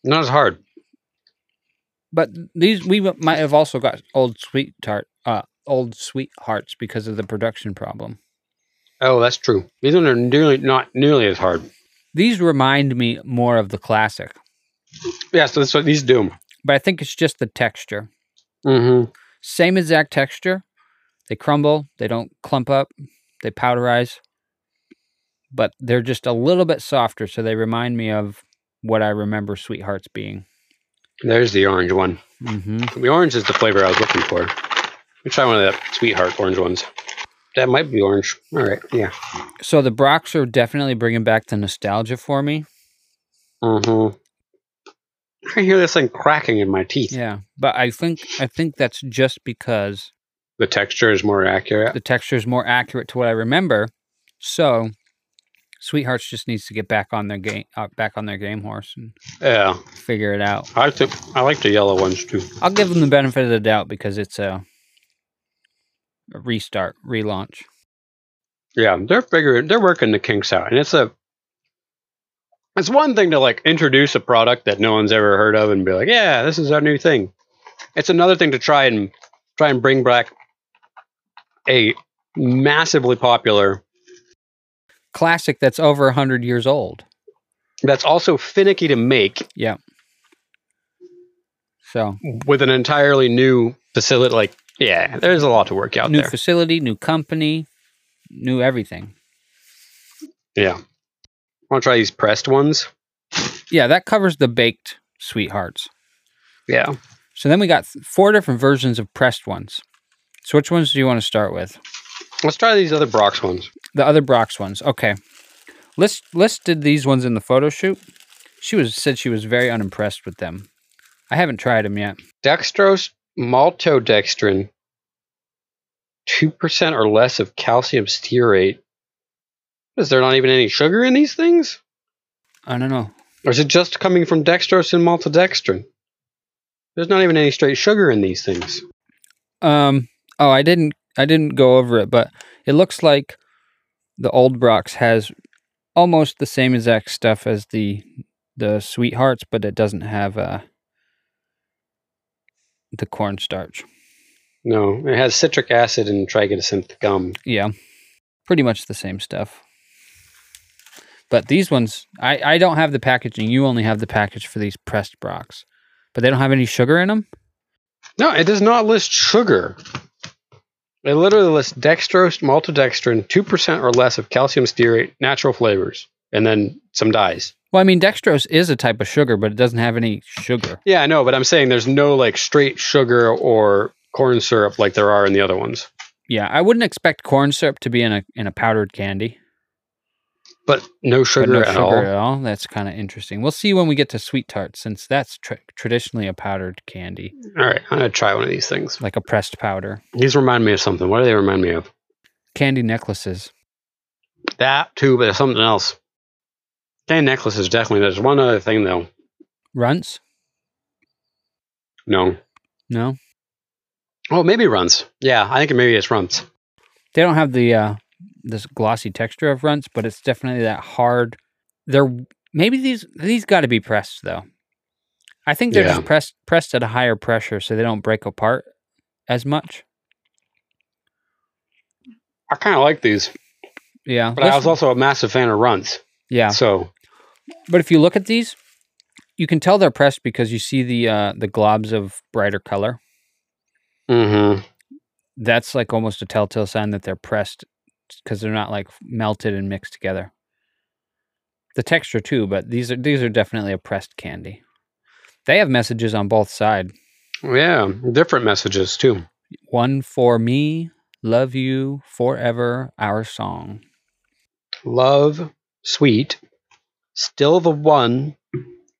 Speaker 2: Not as hard.
Speaker 1: but these we might have also got old sweet tart, uh, old sweethearts because of the production problem.
Speaker 2: Oh, that's true. These ones are nearly not nearly as hard.
Speaker 1: These remind me more of the classic,
Speaker 2: Yeah, so that's what these do.
Speaker 1: but I think it's just the texture.
Speaker 2: Mm-hmm.
Speaker 1: Same exact texture. They crumble. They don't clump up. They powderize, but they're just a little bit softer, so they remind me of what I remember sweethearts being.
Speaker 2: There's the orange one.
Speaker 1: Mm-hmm.
Speaker 2: The orange is the flavor I was looking for. Let me try one of the sweetheart orange ones. That might be orange. All right. Yeah.
Speaker 1: So the Brocks are definitely bringing back the nostalgia for me.
Speaker 2: Mm-hmm. I can hear this thing cracking in my teeth.
Speaker 1: Yeah, but I think I think that's just because
Speaker 2: The texture is more accurate.
Speaker 1: the texture is more accurate to what I remember. So, Sweethearts just needs to get back on their game, uh, back on their game horse, and
Speaker 2: Yeah.
Speaker 1: figure it out.
Speaker 2: I think I like the yellow ones too.
Speaker 1: I'll give them the benefit of the doubt because it's a, a restart, relaunch.
Speaker 2: Yeah, they're figuring they're working the kinks out, and it's a it's one thing to like introduce a product that no one's ever heard of and be like, yeah, this is our new thing. It's another thing to try and try and bring back a massively popular
Speaker 1: Classic that's over hundred years old.
Speaker 2: that's also finicky to make
Speaker 1: So,
Speaker 2: with an entirely new facility. Like, yeah, there's a lot to work out
Speaker 1: new
Speaker 2: there.
Speaker 1: facility, new company, new everything.
Speaker 2: yeah, want to try these pressed ones?
Speaker 1: Yeah, that covers the baked Sweethearts.
Speaker 2: Yeah,
Speaker 1: So then we got th- four different versions of pressed ones. So which ones do you want to start with?
Speaker 2: let's try these other Brock's ones.
Speaker 1: The other Brock's ones. Okay. List listed these ones in the photo shoot. She was said she was very unimpressed with them. I haven't tried them yet.
Speaker 2: dextrose maltodextrin 2% or less of calcium stearate is there not even any sugar in these things
Speaker 1: I don't know.
Speaker 2: or is it just coming from dextrose and maltodextrin there's not even any straight sugar in these things
Speaker 1: Um oh I didn't I didn't go over it, but it looks like the old Brock's has almost the same exact stuff as the the sweethearts, but it doesn't have uh the cornstarch.
Speaker 2: no it has citric acid and trigonosynth gum
Speaker 1: Yeah, pretty much the same stuff. But these ones, I, I don't have the packaging. You only have the package for these pressed Brocks, but they don't have any sugar in them.
Speaker 2: no it does not list sugar it literally lists dextrose maltodextrin 2% or less of calcium stearate natural flavors and then some dyes
Speaker 1: Well, I mean, dextrose is a type of sugar, but it doesn't have any sugar.
Speaker 2: Yeah, I know, but I'm saying there's no like straight sugar or corn syrup like there are in the other ones.
Speaker 1: Yeah, I wouldn't expect corn syrup to be in a in a powdered candy,
Speaker 2: But no
Speaker 1: but
Speaker 2: sugar
Speaker 1: no
Speaker 2: at
Speaker 1: sugar
Speaker 2: all.
Speaker 1: at all. That's kind of interesting. We'll see when we get to sweet tarts, since that's tr traditionally a powdered candy,
Speaker 2: All right, I'm gonna try one of these things.
Speaker 1: like a pressed powder.
Speaker 2: These remind me of something. What do they remind me of?
Speaker 1: Candy necklaces.
Speaker 2: That too, but it's something else. Dang necklaces, definitely. There's one other thing though.
Speaker 1: Runts?
Speaker 2: No.
Speaker 1: No,
Speaker 2: Oh, maybe runs. Yeah, I think maybe it's runs.
Speaker 1: they don't have the uh this glossy texture of runts, but it's definitely that hard. They're maybe these these got to be pressed though. I think they're just pressed pressed at a higher pressure, so they don't break apart as much.
Speaker 2: I kind of like these,
Speaker 1: Yeah,
Speaker 2: but I was
Speaker 1: listen-
Speaker 2: also a massive fan of runs.
Speaker 1: yeah.
Speaker 2: So
Speaker 1: But if you look at these, you can tell they're pressed because you see the uh, the globs of brighter color.
Speaker 2: hmm
Speaker 1: that's like almost a telltale sign that they're pressed because they're not like melted and mixed together. The texture too, but these are these are definitely a pressed candy. They have messages on both sides.
Speaker 2: Yeah, different messages too.
Speaker 1: One for me, love you forever, our song.
Speaker 2: Love, sweet, still the one,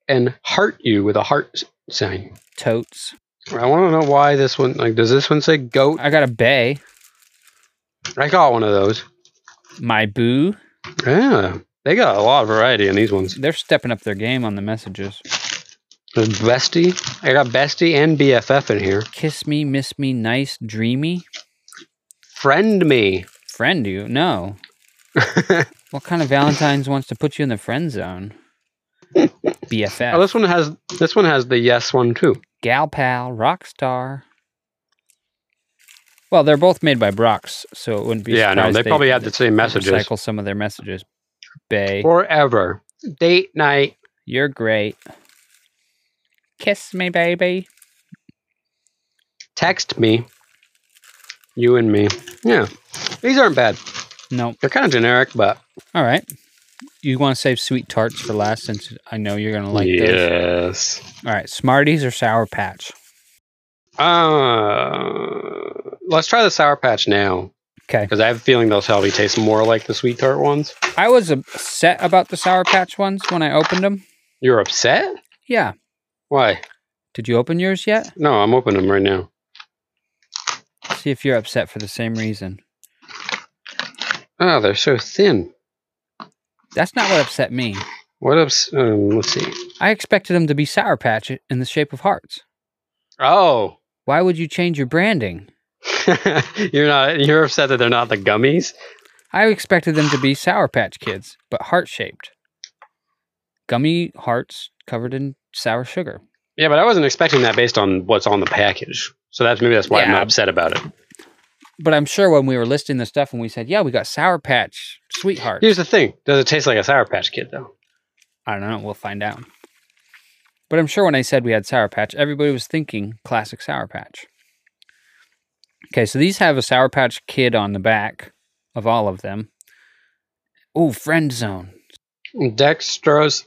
Speaker 2: and heart you with a heart s- sign.
Speaker 1: Totes.
Speaker 2: I want to know why this one. Like, does this one say goat?
Speaker 1: I got a bay.
Speaker 2: I got one of those.
Speaker 1: My boo.
Speaker 2: Yeah, they got a lot of variety in these ones.
Speaker 1: They're stepping up their game on the messages.
Speaker 2: There's bestie. I got bestie and BFF in here.
Speaker 1: Kiss me, miss me, nice, dreamy.
Speaker 2: Friend me.
Speaker 1: Friend you? No. What kind of Valentine's wants to put you in the friend zone? BFF.
Speaker 2: Oh, this one has this one has the yes one too.
Speaker 1: Gal Pal, Rockstar. Well, they're both made by Brox, so it wouldn't be.
Speaker 2: yeah, no,
Speaker 1: surprised
Speaker 2: they probably had the same messages.
Speaker 1: Recycle some of their messages. Bay,
Speaker 2: Forever. Date night.
Speaker 1: you're great. Kiss me, baby.
Speaker 2: Text me. You and me. Yeah. These aren't bad.
Speaker 1: No,
Speaker 2: They're kind of generic, but
Speaker 1: all right. You want to save sweet tarts for last, since I know you're gonna like those.
Speaker 2: yes.
Speaker 1: All right, Smarties or Sour Patch?
Speaker 2: Uh, let's try the sour patch now
Speaker 1: Okay,
Speaker 2: because I have a feeling those probably taste more like the sweet tart ones.
Speaker 1: I was upset about the Sour Patch ones when I opened them.
Speaker 2: You're upset?
Speaker 1: Yeah,
Speaker 2: Why?
Speaker 1: did you open yours yet?
Speaker 2: No, I'm opening them right now.
Speaker 1: See if you're upset for the same reason.
Speaker 2: Oh, they're so thin.
Speaker 1: That's not what upset me.
Speaker 2: What ups? Um, let's see.
Speaker 1: I expected them to be Sour Patch in the shape of hearts.
Speaker 2: Oh,
Speaker 1: Why would you change your branding?
Speaker 2: you're not. You're upset that they're not the gummies.
Speaker 1: I expected them to be Sour Patch Kids, but heart shaped. Gummy hearts covered in sour sugar.
Speaker 2: Yeah, but I wasn't expecting that based on what's on the package. So that's maybe that's why I'm
Speaker 1: Yeah.
Speaker 2: not upset about it.
Speaker 1: But I'm sure when we were listing the stuff and we said, yeah, we got Sour Patch Sweetheart.
Speaker 2: Here's the thing: does it taste like a Sour Patch Kid though?
Speaker 1: I don't know. We'll find out. But I'm sure when I said we had Sour Patch, everybody was thinking classic Sour Patch. Okay, so these have a Sour Patch Kid on the back of all of them. Ooh, Friend Zone.
Speaker 2: Dextrose,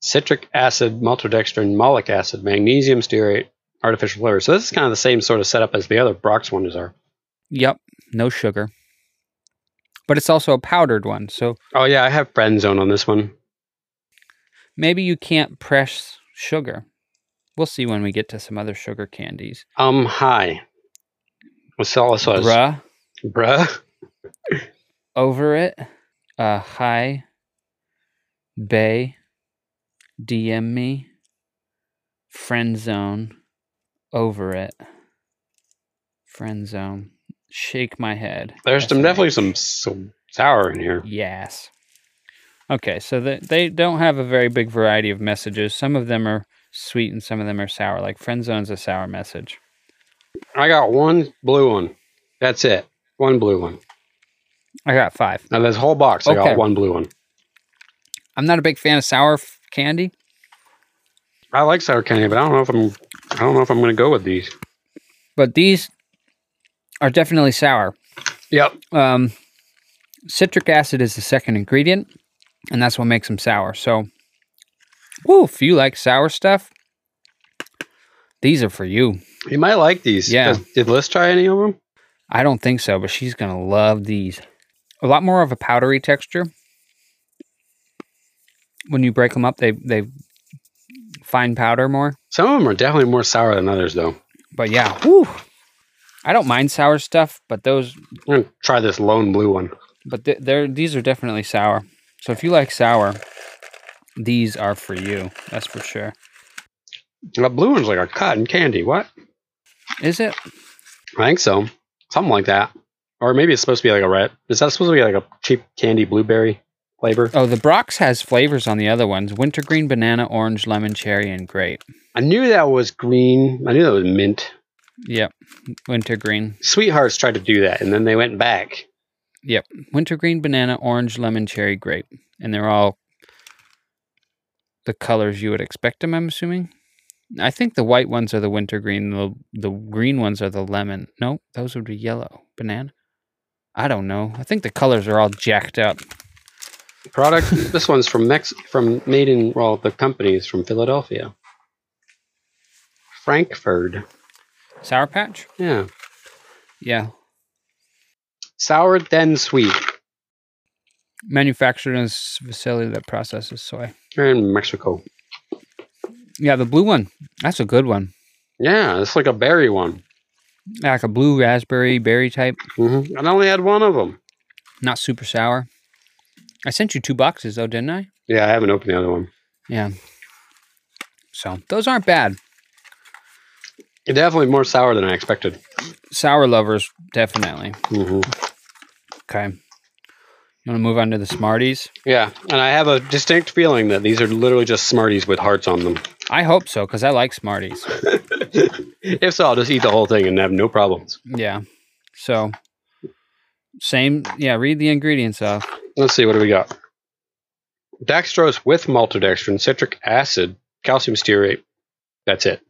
Speaker 2: citric acid, maltodextrin, molic acid, magnesium stearate, artificial flavor. So this is kind of the same sort of setup as the other Brock's ones are.
Speaker 1: Yep, no sugar. But it's also a powdered one, so
Speaker 2: Oh yeah, I have friend zone on this one.
Speaker 1: maybe you can't press sugar. We'll see when we get to some other sugar candies.
Speaker 2: Um, hi. What's all this was?
Speaker 1: Bruh,
Speaker 2: Bruh.
Speaker 1: over it. Uh, hi, Bay, DM me, friend zone, over it, friend zone, shake my head.
Speaker 2: There's some
Speaker 1: SMH.
Speaker 2: definitely some, some sour in here.
Speaker 1: Yes. Okay, so they, they don't have a very big variety of messages. Some of them are sweet and some of them are sour. Like friend zone's a sour message.
Speaker 2: I got one blue one. That's it. One blue one.
Speaker 1: I got five.
Speaker 2: Now this whole box, I
Speaker 1: Okay.
Speaker 2: got one blue one.
Speaker 1: I'm not a big fan of sour f- candy.
Speaker 2: I like sour candy, but I don't know if I'm. I don't know if I'm going to go with these.
Speaker 1: but these are definitely sour.
Speaker 2: Yep.
Speaker 1: Um, citric acid is the second ingredient, and that's what makes them sour. So, woo, if you like sour stuff, these are for you.
Speaker 2: You might like these.
Speaker 1: Yeah.
Speaker 2: Does- Did Liz try any of them?
Speaker 1: I don't think so, but she's going to love these. A lot more of a powdery texture. When you break them up, they, they fine powder more.
Speaker 2: Some of them are definitely more sour than others, though.
Speaker 1: But yeah, woo. I don't mind sour stuff, but those
Speaker 2: I'm going to try this lone blue one.
Speaker 1: but th- they're these are definitely sour. So if you like sour, these are for you. That's for sure.
Speaker 2: The blue one's like a cotton candy. What?
Speaker 1: Is it?
Speaker 2: I think so. Something like that. Or maybe it's supposed to be like a red. Is that supposed to be like a cheap candy blueberry flavor?
Speaker 1: Oh, the Brox has flavors on the other ones: wintergreen, banana, orange, lemon, cherry, and grape.
Speaker 2: I knew that was green. I knew that was mint.
Speaker 1: Yep, wintergreen.
Speaker 2: Sweethearts tried to do that, and then they went back.
Speaker 1: Wintergreen, banana, orange, lemon, cherry, grape, and they're all the colors you would expect them. I'm assuming I think the white ones are the wintergreen. The the green ones are the lemon. No, those would be yellow. Banana. I don't know. I think the colors are all jacked up.
Speaker 2: Product. this one's from Mex from made in well the company is from Philadelphia. Frankfurt.
Speaker 1: Sour patch.
Speaker 2: Yeah.
Speaker 1: Yeah.
Speaker 2: Sour then sweet.
Speaker 1: Manufactured in a s- facility that processes soy.
Speaker 2: They're in Mexico.
Speaker 1: Yeah, the blue one. That's a good one.
Speaker 2: Yeah, it's like a berry one.
Speaker 1: Like a blue raspberry berry type.
Speaker 2: Mm-hmm. And I only had one of them.
Speaker 1: Not super sour. I sent you two boxes though, didn't I?
Speaker 2: Yeah, I haven't opened the other one.
Speaker 1: Yeah. So those aren't bad.
Speaker 2: It's definitely more sour than I expected.
Speaker 1: Sour lovers, definitely.
Speaker 2: hmm
Speaker 1: Okay. You want to move on to the Smarties?
Speaker 2: Yeah, and I have a distinct feeling that these are literally just Smarties with hearts on them.
Speaker 1: I hope so, because I like Smarties.
Speaker 2: If so, I'll just eat the whole thing and have no problems.
Speaker 1: Yeah. So, same. Yeah, read the ingredients off.
Speaker 2: Let's see, what do we got? Dextrose with maltodextrin, citric acid, calcium stearate. That's it.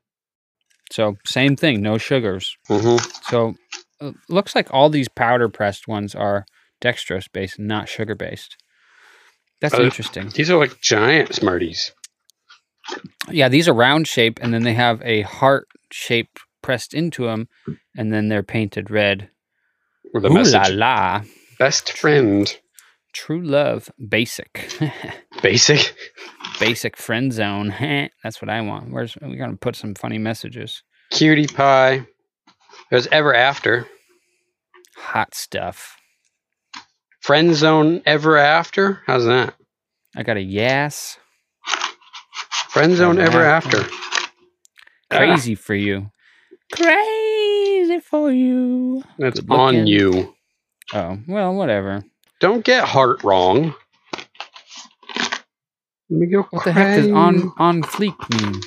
Speaker 1: So, same thing, no sugars.
Speaker 2: Mm-hmm.
Speaker 1: So, uh, looks like all these powder pressed ones are dextrose based, not sugar based. That's
Speaker 2: Uh,
Speaker 1: interesting.
Speaker 2: These are like giant Smarties.
Speaker 1: Yeah, these are round shape, and then they have a heart shape pressed into them, and then they're painted red.
Speaker 2: With a
Speaker 1: Ooh la
Speaker 2: message.
Speaker 1: la.
Speaker 2: Best friend.
Speaker 1: True love, basic,
Speaker 2: Basic.
Speaker 1: basic friend zone. Heh, That's what I want. Where's we're gonna put some funny messages,
Speaker 2: Cutie pie. There's ever after.
Speaker 1: hot stuff.
Speaker 2: Friend zone ever after. How's that?
Speaker 1: I got a yes,
Speaker 2: Friend zone
Speaker 1: Ever
Speaker 2: ever
Speaker 1: after.
Speaker 2: after.
Speaker 1: crazy for you, Ah. crazy for you.
Speaker 2: That's
Speaker 1: Good
Speaker 2: on
Speaker 1: looking.
Speaker 2: you.
Speaker 1: Oh well, whatever.
Speaker 2: Don't get heart wrong. Let me go.
Speaker 1: What the heck does on on fleek mean?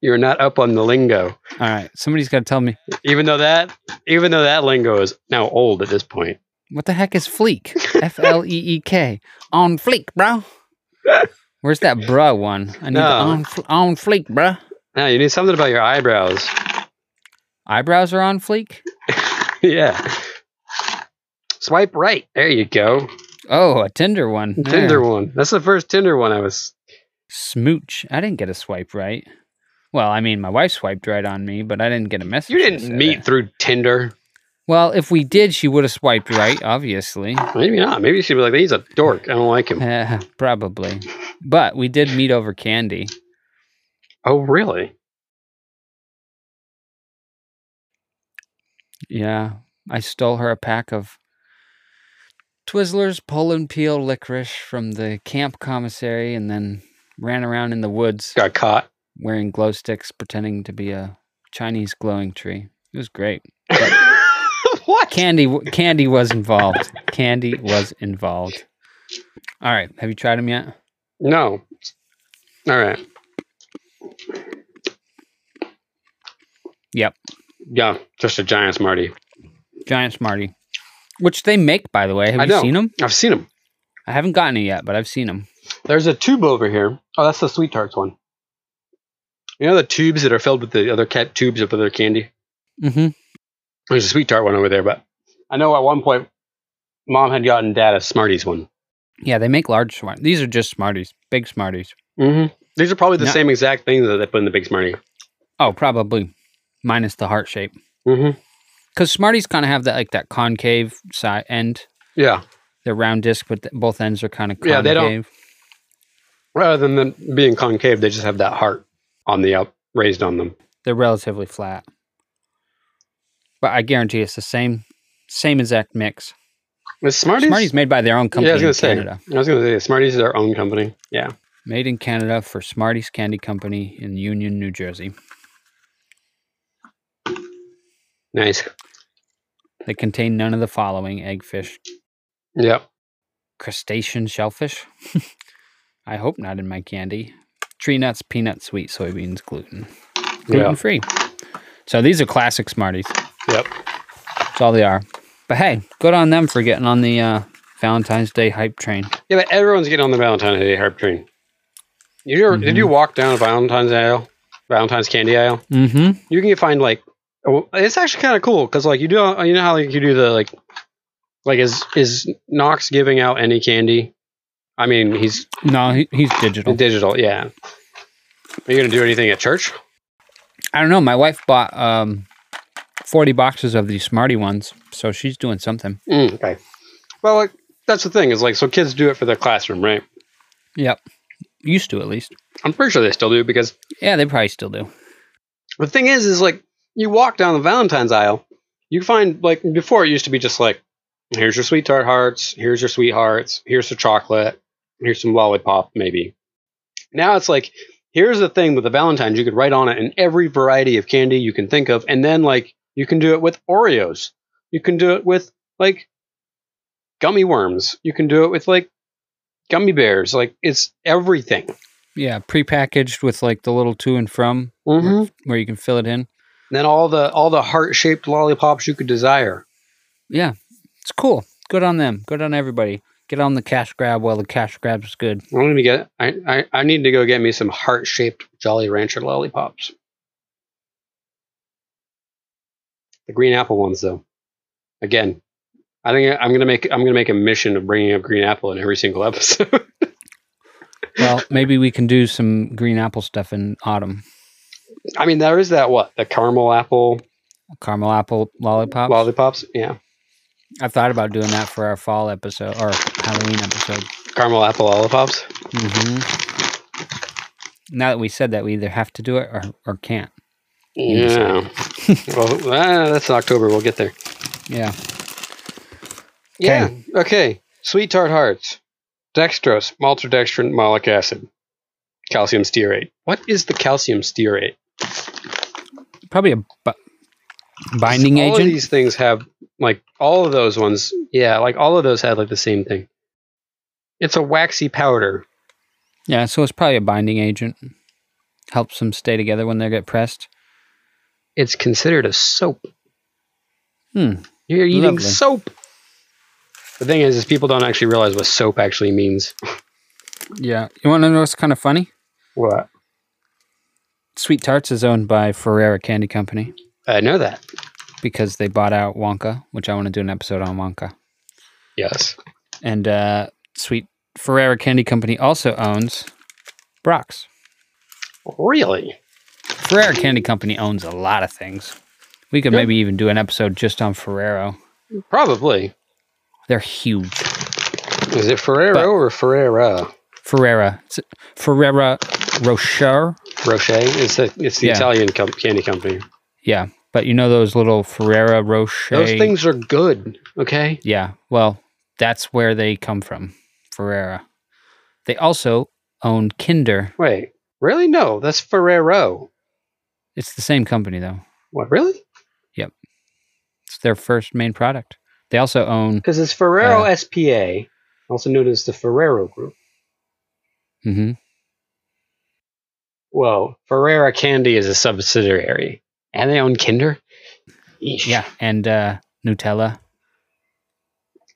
Speaker 2: You're not up on the lingo.
Speaker 1: All right, somebody's got to tell me
Speaker 2: Even though that, even though that lingo is now old at this point.
Speaker 1: what the heck is fleek? F L E E K on fleek, bro. Where's that bruh one? I need the
Speaker 2: No.
Speaker 1: on fl- on fleek, bruh.
Speaker 2: Now you need something about your eyebrows.
Speaker 1: Eyebrows are on fleek.
Speaker 2: yeah. Swipe right. There you go.
Speaker 1: Oh, a Tinder one.
Speaker 2: Tinder
Speaker 1: Yeah.
Speaker 2: one. That's the first Tinder one I was.
Speaker 1: Smooch. I didn't get a swipe right. Well, I mean, my wife swiped right on me, but I didn't get a message.
Speaker 2: You
Speaker 1: that
Speaker 2: didn't
Speaker 1: said
Speaker 2: meet
Speaker 1: it.
Speaker 2: through Tinder.
Speaker 1: Well, if we did, she would have swiped right, obviously.
Speaker 2: Maybe not. Maybe she'd be like, "He's a dork. I don't like him."
Speaker 1: Eh, probably. But we did meet over candy.
Speaker 2: Oh, really?
Speaker 1: Yeah. I stole her a pack of Twizzlers, pull and peel licorice from the camp commissary and then ran around in the woods
Speaker 2: Got caught.
Speaker 1: wearing glow sticks, pretending to be a Chinese glowing tree. It was great.
Speaker 2: what?
Speaker 1: Candy, w- Candy was involved. Candy was involved. All right, have you tried them yet?
Speaker 2: No. All right.
Speaker 1: Yep.
Speaker 2: Yeah, just a giant Smarty.
Speaker 1: Giant Smarty, which they make, by the way. Have
Speaker 2: I
Speaker 1: you
Speaker 2: know.
Speaker 1: seen them?
Speaker 2: I've seen them.
Speaker 1: I haven't gotten it yet, but I've seen them.
Speaker 2: There's a tube over here. Oh, that's the Sweet Tarts one. You know the tubes that are filled with the other cat tubes of other candy?
Speaker 1: Mm-hmm.
Speaker 2: There's a Sweet Tart one over there, but I know at one point mom had gotten dad a Smarties one.
Speaker 1: Yeah, they make large Smarties. These are just Smarties, big Smarties.
Speaker 2: Mm-hmm. These are probably the
Speaker 1: No.
Speaker 2: same exact thing that they put in the Big Smartie.
Speaker 1: Oh, probably minus the heart shape,
Speaker 2: Mm-hmm.
Speaker 1: because Smarties kind of have that like that concave side end.
Speaker 2: Yeah.
Speaker 1: They're round disc, but th- both ends are kind of concave.
Speaker 2: Yeah, they don't- Rather than them being concave, they just have that heart on the up raised on them.
Speaker 1: they're relatively flat. But I guarantee it's the same same exact mix.
Speaker 2: The Smarties.
Speaker 1: Smarties made by their own company
Speaker 2: yeah, I was
Speaker 1: in
Speaker 2: gonna say.
Speaker 1: Canada.
Speaker 2: I was gonna say Smarties is their own company. Yeah.
Speaker 1: Made in Canada for Smarties Candy Company in Union, New Jersey.
Speaker 2: Nice.
Speaker 1: They contain none of the following eggfish,
Speaker 2: Yep.
Speaker 1: crustacean shellfish. I hope not in my candy. Tree nuts, peanuts, sweet soybeans, gluten. Gluten
Speaker 2: Yeah.
Speaker 1: free. So these are classic Smarties.
Speaker 2: Yep.
Speaker 1: That's all they are. But hey, good on them for getting on the uh, Valentine's Day hype train.
Speaker 2: Yeah, but everyone's getting on the Valentine's Day hype train. You ever, Did
Speaker 1: Mhm.
Speaker 2: you walk down a Valentine's aisle, Valentine's candy aisle?
Speaker 1: Mm-hmm.
Speaker 2: You can find like, oh, it's actually kind of cool because like you do, you know how like you do the like, like is is Knox giving out any candy? I mean, he's
Speaker 1: No, he, he's digital.
Speaker 2: digital. Yeah. Are you gonna do anything at church?
Speaker 1: I don't know. My wife bought um, 40 boxes of these Smarty ones, so she's doing something.
Speaker 2: Mm, okay. Well, like that's the thing is like so kids do it for their classroom, right?
Speaker 1: Yep. Used to, at least.
Speaker 2: I'm pretty sure they still do because
Speaker 1: Yeah, they probably still do.
Speaker 2: the thing is is like you walk down the Valentine's aisle, you find like before it used to be just like here's your sweet tart hearts, here's your sweethearts, here's some chocolate, here's some lollipop maybe. Now it's like here's the thing with the Valentine's you could write on it in every variety of candy you can think of, and then like you can do it with Oreos, you can do it with like gummy worms, you can do it with like gummy bears, like it's everything.
Speaker 1: Yeah, prepackaged with like the little to and from
Speaker 2: Mm-hmm.
Speaker 1: where you can fill it in.
Speaker 2: Then all the all the heart shaped lollipops you could desire.
Speaker 1: Yeah, it's cool. Good on them. Good on everybody. Get on the cash grab while the cash grab's good.
Speaker 2: I'm gonna get. I, I I need to go get me some heart shaped Jolly Rancher lollipops. The green apple ones, though. Again, I think I'm gonna make I'm gonna make a mission of bringing up green apple in every single episode.
Speaker 1: Well, maybe we can do some green apple stuff in autumn.
Speaker 2: I mean, there is that what the caramel apple
Speaker 1: Caramel apple lollipops.
Speaker 2: lollipops. Yeah,
Speaker 1: I thought about doing that for our fall episode or Halloween episode.
Speaker 2: caramel apple lollipops.
Speaker 1: hmm
Speaker 2: Mm-hmm.
Speaker 1: Now that we said that, we either have to do it or, or can't.
Speaker 2: Yeah. well, ah, that's in October. We'll get there.
Speaker 1: Yeah.
Speaker 2: Yeah. Okay. Sweet tart hearts, dextrose, maltodextrin, malic acid, calcium stearate. What is the calcium stearate?
Speaker 1: Probably a bu- binding
Speaker 2: all
Speaker 1: agent.
Speaker 2: of these things have like all of those ones. Yeah, like all of those had like the same thing. It's a waxy powder.
Speaker 1: Yeah, so it's probably a binding agent. Helps them stay together when they get pressed.
Speaker 2: It's considered a soap.
Speaker 1: Hmm.
Speaker 2: You're eating
Speaker 1: Lovely.
Speaker 2: soap. The thing is, is people don't actually realize what soap actually means.
Speaker 1: Yeah. You want to know what's kind of funny?
Speaker 2: What?
Speaker 1: Sweet Tarts is owned by Ferrera Candy Company
Speaker 2: I know that.
Speaker 1: because they bought out Wonka, which I want to do an episode on Wonka.
Speaker 2: Yes.
Speaker 1: And uh, Sweet Ferrera Candy Company also owns Brock's.
Speaker 2: Really?
Speaker 1: Ferrero Candy Company owns a lot of things. We could
Speaker 2: Yep.
Speaker 1: maybe even do an episode just on Ferrero.
Speaker 2: Probably.
Speaker 1: They're huge.
Speaker 2: Is it Ferrero
Speaker 1: But-
Speaker 2: or Ferrera?
Speaker 1: Ferrera. It's Ferrera Rocher.
Speaker 2: Rocher. It's the it's the
Speaker 1: Yeah.
Speaker 2: Italian com- candy company.
Speaker 1: Yeah. But you know those little Ferrera Rocher?
Speaker 2: Those things are good. Okay.
Speaker 1: Yeah. Well, that's where they come from. Ferrera. They also own Kinder.
Speaker 2: Wait. Really? No, that's Ferrero.
Speaker 1: It's the same company though.
Speaker 2: What? Really?
Speaker 1: It's their first main product. They also own
Speaker 2: Because it's Ferrero
Speaker 1: Yeah.
Speaker 2: SPA, also known as the Ferrero Group.
Speaker 1: hmm
Speaker 2: Whoa. Ferrera Candy is a subsidiary, and they own Kinder. Eesh.
Speaker 1: yeah, and uh, Nutella.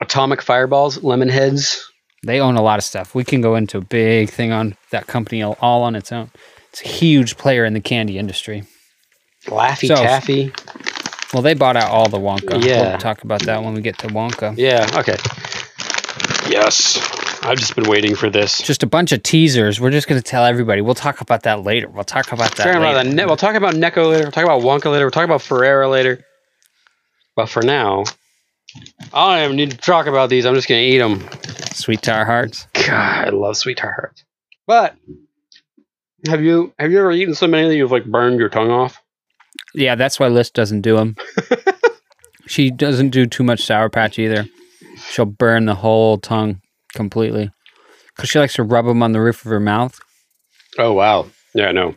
Speaker 2: Atomic Fireballs, Lemon Heads.
Speaker 1: They own a lot of stuff. We can go into a big thing on that company all- all on its own. It's a huge player in the candy industry.
Speaker 2: Laffy
Speaker 1: So-
Speaker 2: Taffy.
Speaker 1: Well, they bought out all the Wonka.
Speaker 2: Yeah.
Speaker 1: We'll talk about that when we get to Wonka.
Speaker 2: Yeah. Okay. Yes. I've just been waiting for this.
Speaker 1: Just a bunch of teasers. We're just going to tell everybody. We'll talk about that later. We'll talk about that
Speaker 2: Talking
Speaker 1: later.
Speaker 2: about the ne- we'll talk about Necco later. We'll talk about Wonka later. We'll talk about Ferrera later. But for now, I don't even need to talk about these. I'm just gonna eat them.
Speaker 1: Sweet Tar Hearts.
Speaker 2: God, I love sweet tart hearts. But have you have you ever eaten so many that you've like burned your tongue off?
Speaker 1: Yeah, that's why Liz doesn't do them. she doesn't do too much Sour Patch either. She'll burn the whole tongue completely because she likes to rub them on the roof of her mouth
Speaker 2: Oh wow. Yeah, no.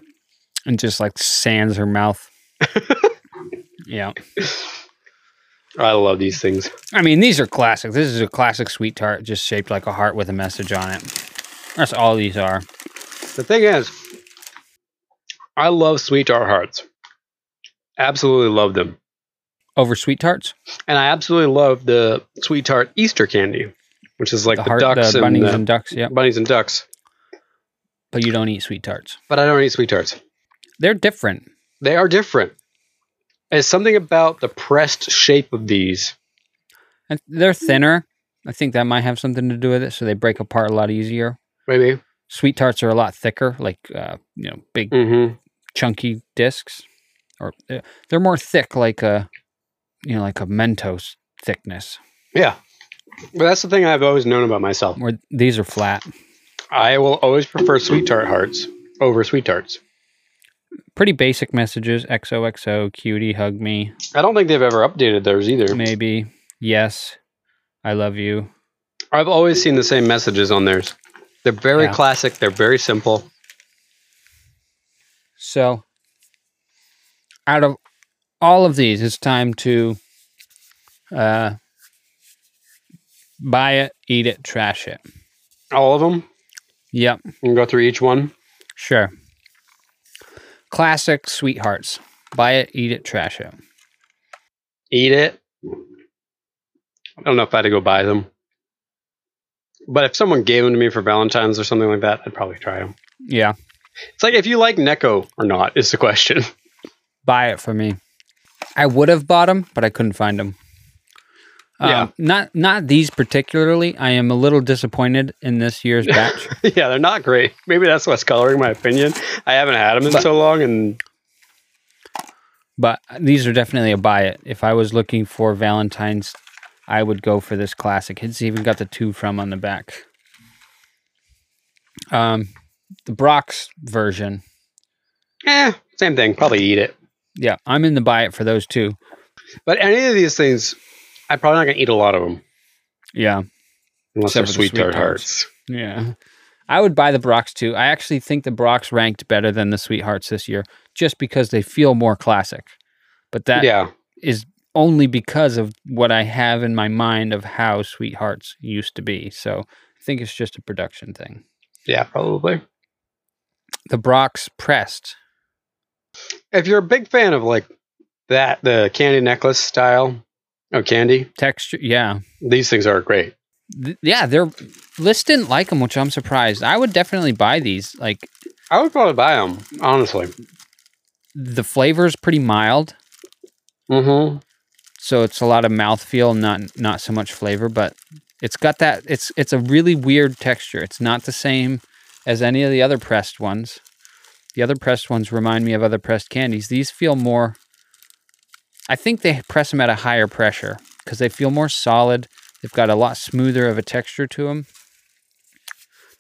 Speaker 1: and just like sands her mouth. yeah.
Speaker 2: I love these things.
Speaker 1: I mean, these are classic. This is a classic sweet tart just shaped like a heart with a message on it. That's all these are.
Speaker 2: The thing is, I love sweet tart hearts. Absolutely love them.
Speaker 1: Over sweet tarts?
Speaker 2: And I absolutely love the sweet tart Easter candy, which is like the,
Speaker 1: heart,
Speaker 2: ducks
Speaker 1: the
Speaker 2: and
Speaker 1: bunnies
Speaker 2: the
Speaker 1: and ducks. Yeah.
Speaker 2: bunnies and ducks.
Speaker 1: but you don't eat sweet tarts.
Speaker 2: But I don't eat sweet tarts.
Speaker 1: They're different.
Speaker 2: They are different. It's something about the pressed shape of these.
Speaker 1: And They're thinner. I think that might have something to do with it. So they break apart a lot easier.
Speaker 2: Maybe.
Speaker 1: Sweet tarts are a lot thicker, like uh, you know, big
Speaker 2: Mm-hmm.
Speaker 1: chunky discs, or uh, they're more thick, like a you know, like a Mentos thickness.
Speaker 2: Yeah. But that's the thing I've always known about myself.
Speaker 1: Where these are flat.
Speaker 2: I will always prefer sweet tart hearts over sweet tarts.
Speaker 1: Pretty basic messages: XOXO, cutie, hug me,
Speaker 2: I don't think they've ever updated theirs either.
Speaker 1: maybe, yes, I love you.
Speaker 2: I've always seen the same messages on theirs. They're very
Speaker 1: Yeah.
Speaker 2: classic. They're very simple.
Speaker 1: So, out of all of these, it's time to uh, buy it, eat it, trash it.
Speaker 2: All of them.
Speaker 1: Yep,
Speaker 2: You can go through each one.
Speaker 1: sure. Classic sweethearts. Buy it, eat it, trash it.
Speaker 2: Eat it. I don't know if I had to go buy them. But if someone gave them to me for Valentine's or something like that, I'd probably try them.
Speaker 1: Yeah,
Speaker 2: It's like if you like Necco or not is the question.
Speaker 1: buy it for me. I would have bought them, but I couldn't find them.
Speaker 2: Yeah.
Speaker 1: Not not these particularly. I am a little disappointed in this year's batch.
Speaker 2: yeah, they're not great. Maybe that's what's coloring my opinion. I haven't had them in
Speaker 1: But-
Speaker 2: so long, and
Speaker 1: but these are definitely a buy it. If I was looking for Valentine's, I would go for this classic. It's even got the two from on the back. Um, the Brock's version.
Speaker 2: eh, same thing. Probably eat it.
Speaker 1: Yeah, I'm in the buy it for those two.
Speaker 2: But any of these things, I'm probably not gonna eat a lot of them
Speaker 1: Yeah, Except
Speaker 2: unless they're
Speaker 1: for the
Speaker 2: sweet tart
Speaker 1: sweet tarts.
Speaker 2: hearts.
Speaker 1: yeah. I would buy the Brock's too. I actually think the Brock's ranked better than the Sweethearts this year, just because they feel more classic. But that is
Speaker 2: yeah,
Speaker 1: only because of what I have in my mind of how Sweethearts used to be. So I think it's just a production thing.
Speaker 2: yeah, probably.
Speaker 1: the Brock's pressed.
Speaker 2: If you're a big fan of like that, the candy necklace style of candy,
Speaker 1: Texture, yeah,
Speaker 2: these things are great.
Speaker 1: Th- yeah. They're List didn't like them, which I'm surprised. I would definitely buy these. Like
Speaker 2: I would probably buy them, honestly.
Speaker 1: the flavor is pretty mild,
Speaker 2: Mm-hmm.
Speaker 1: so it's a lot of mouthfeel, not not so much flavor. But it's got that. It's it's a really weird texture. It's not the same as any of the other pressed ones. The other pressed ones remind me of other pressed candies. These feel more. I think they press them at a higher pressure because they feel more solid. They've got a lot smoother of a texture to them.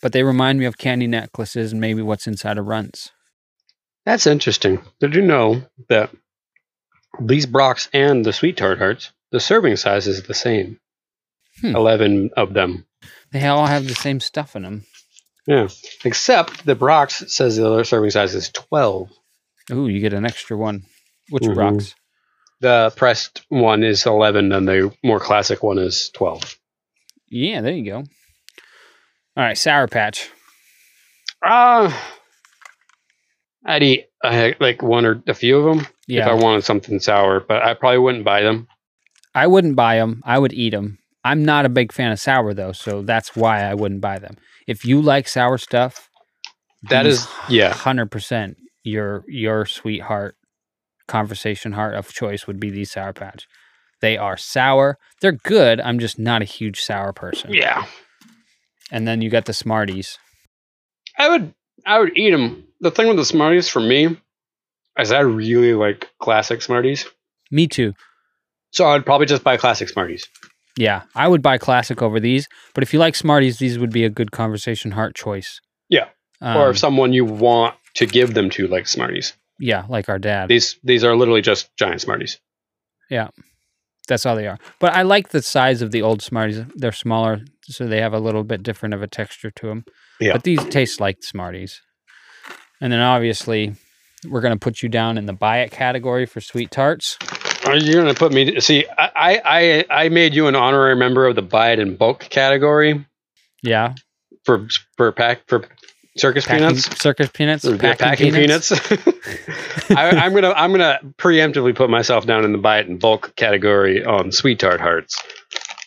Speaker 1: But they remind me of candy necklaces and maybe what's inside of runts.
Speaker 2: That's interesting. Did you know that these Brocks and the sweet tart hearts, the serving size is the same?
Speaker 1: Hmm.
Speaker 2: Eleven of them.
Speaker 1: They all have the same stuff in them.
Speaker 2: Yeah. Except the Brock's says the other serving size is twelve.
Speaker 1: Ooh, you get an extra one. Which
Speaker 2: Mhm.
Speaker 1: rocks?
Speaker 2: The pressed one is eleven, and the more classic one is twelve.
Speaker 1: Yeah, there you go. All right, Sour Patch.
Speaker 2: Uh,
Speaker 1: Ah.
Speaker 2: I'd eat uh, like one or a few of them if I
Speaker 1: Yeah,
Speaker 2: wanted something sour, but I probably wouldn't buy them.
Speaker 1: I wouldn't buy them. I would eat them. I'm not a big fan of sour though, so that's why I wouldn't buy them. If you like sour stuff, Hmm.
Speaker 2: That is, yeah,
Speaker 1: hundred percent your your sweetheart conversation heart of choice would be these sour patch. They are sour. They're good. I'm just not a huge sour person.
Speaker 2: yeah.
Speaker 1: And then you got the Smarties.
Speaker 2: I would, I would eat them. The thing with the Smarties for me is I really like classic Smarties,
Speaker 1: Me too.
Speaker 2: so I'd probably just buy classic Smarties.
Speaker 1: Yeah, I would buy classic over these. But if you like Smarties, these would be a good conversation heart choice.
Speaker 2: Yeah.
Speaker 1: Um,
Speaker 2: or if someone you want to give them to, like Smarties.
Speaker 1: yeah, like our dad.
Speaker 2: These, these are literally just giant Smarties.
Speaker 1: That's all they are. But I like the size of the old Smarties. They're smaller, so they have a little bit different of a texture to them.
Speaker 2: Yeah.
Speaker 1: But these taste like Smarties. And then obviously, we're going to put you down in the buy it category for sweet tarts.
Speaker 2: Are you gonna put me? See, I, I, I, I made you an honorary member of the buy it in bulk category.
Speaker 1: Yeah.
Speaker 2: for for pack for circus
Speaker 1: Packing,
Speaker 2: peanuts
Speaker 1: Circus peanuts.
Speaker 2: Or packing, peanuts. I, I'm gonna I'm gonna preemptively put myself down in the buy it in bulk category on sweet tart hearts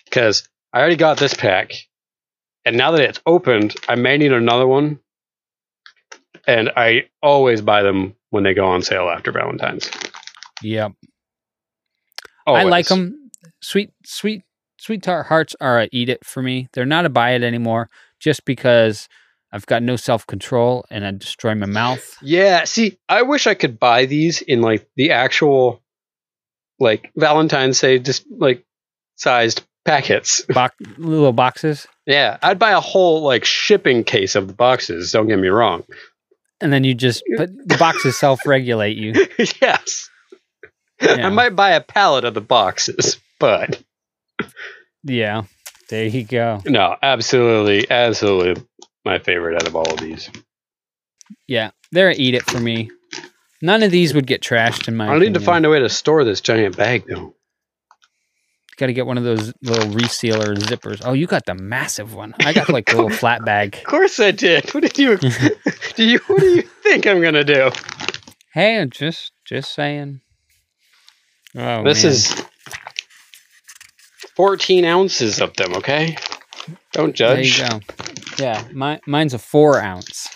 Speaker 2: because I already got this pack, and now that it's opened, I may need another one. and I always buy them when they go on sale after Valentine's.
Speaker 1: Yep.
Speaker 2: Always.
Speaker 1: I like them. Sweet, sweet, sweet tart hearts are a eat it for me. They're not a buy it anymore, just because I've got no self control and I destroy my mouth.
Speaker 2: Yeah, see, I wish I could buy these in like the actual like Valentine's Day just like sized packets.
Speaker 1: Box, little boxes,
Speaker 2: Yeah, I'd buy a whole like shipping case of the boxes, don't get me wrong.
Speaker 1: and then you just but the boxes self regulate you.
Speaker 2: yes.
Speaker 1: Yeah.
Speaker 2: I might buy a pallet of the boxes, but
Speaker 1: Yeah, there you go.
Speaker 2: no, absolutely, absolutely my favorite out of all of these.
Speaker 1: Yeah, they're a eat it for me. None of these would get trashed in my.
Speaker 2: I need to find a way to store this giant bag though.
Speaker 1: Got to get one of those little resealer zippers. Oh, you got the massive one. I got like the little flat bag.
Speaker 2: Of course I did. What did you do you what do you think I'm gonna do?
Speaker 1: Hey, I'm just just saying. Oh,
Speaker 2: this
Speaker 1: man.
Speaker 2: is 14 ounces of them, okay? Don't
Speaker 1: there
Speaker 2: judge.
Speaker 1: you go. Yeah, my, mine's a four ounce.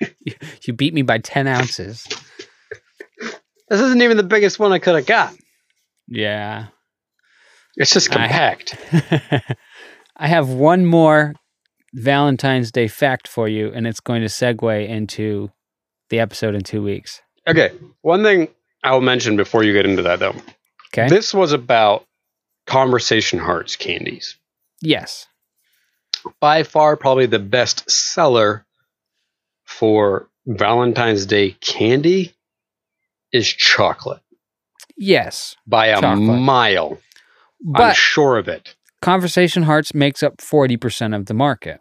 Speaker 1: you, you beat me by ten ounces.
Speaker 2: This isn't even the biggest one I could have got.
Speaker 1: Yeah,
Speaker 2: It's just
Speaker 1: I-
Speaker 2: compact.
Speaker 1: I have one more Valentine's Day fact for you, and it's going to segue into the episode in two weeks.
Speaker 2: Okay. One thing I'll mention before you get into that, though.
Speaker 1: Okay.
Speaker 2: This was about Conversation Hearts candies.
Speaker 1: yes.
Speaker 2: By far, probably the best seller for Valentine's Day candy is chocolate
Speaker 1: Yes.
Speaker 2: by a
Speaker 1: Chocolate.
Speaker 2: mile. I'm
Speaker 1: But
Speaker 2: sure of it.
Speaker 1: Conversation Hearts makes up 40% of the market.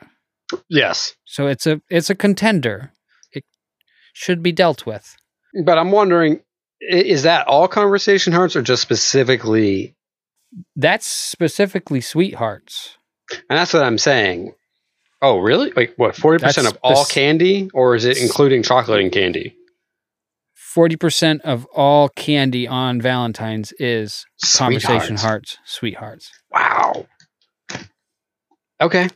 Speaker 2: Yes.
Speaker 1: So it's a it's a contender. It should be dealt with.
Speaker 2: But I'm wondering, i- is that all conversation hearts or just specifically?
Speaker 1: That's specifically sweethearts.
Speaker 2: And that's what I'm saying. Oh, really? Like what? Forty percent
Speaker 1: That's
Speaker 2: of all
Speaker 1: spec-
Speaker 2: candy, or is it including chocolate and candy?
Speaker 1: 40% of all candy on Valentine's is conversation
Speaker 2: Sweethearts.
Speaker 1: hearts, sweethearts.
Speaker 2: Wow. Okay.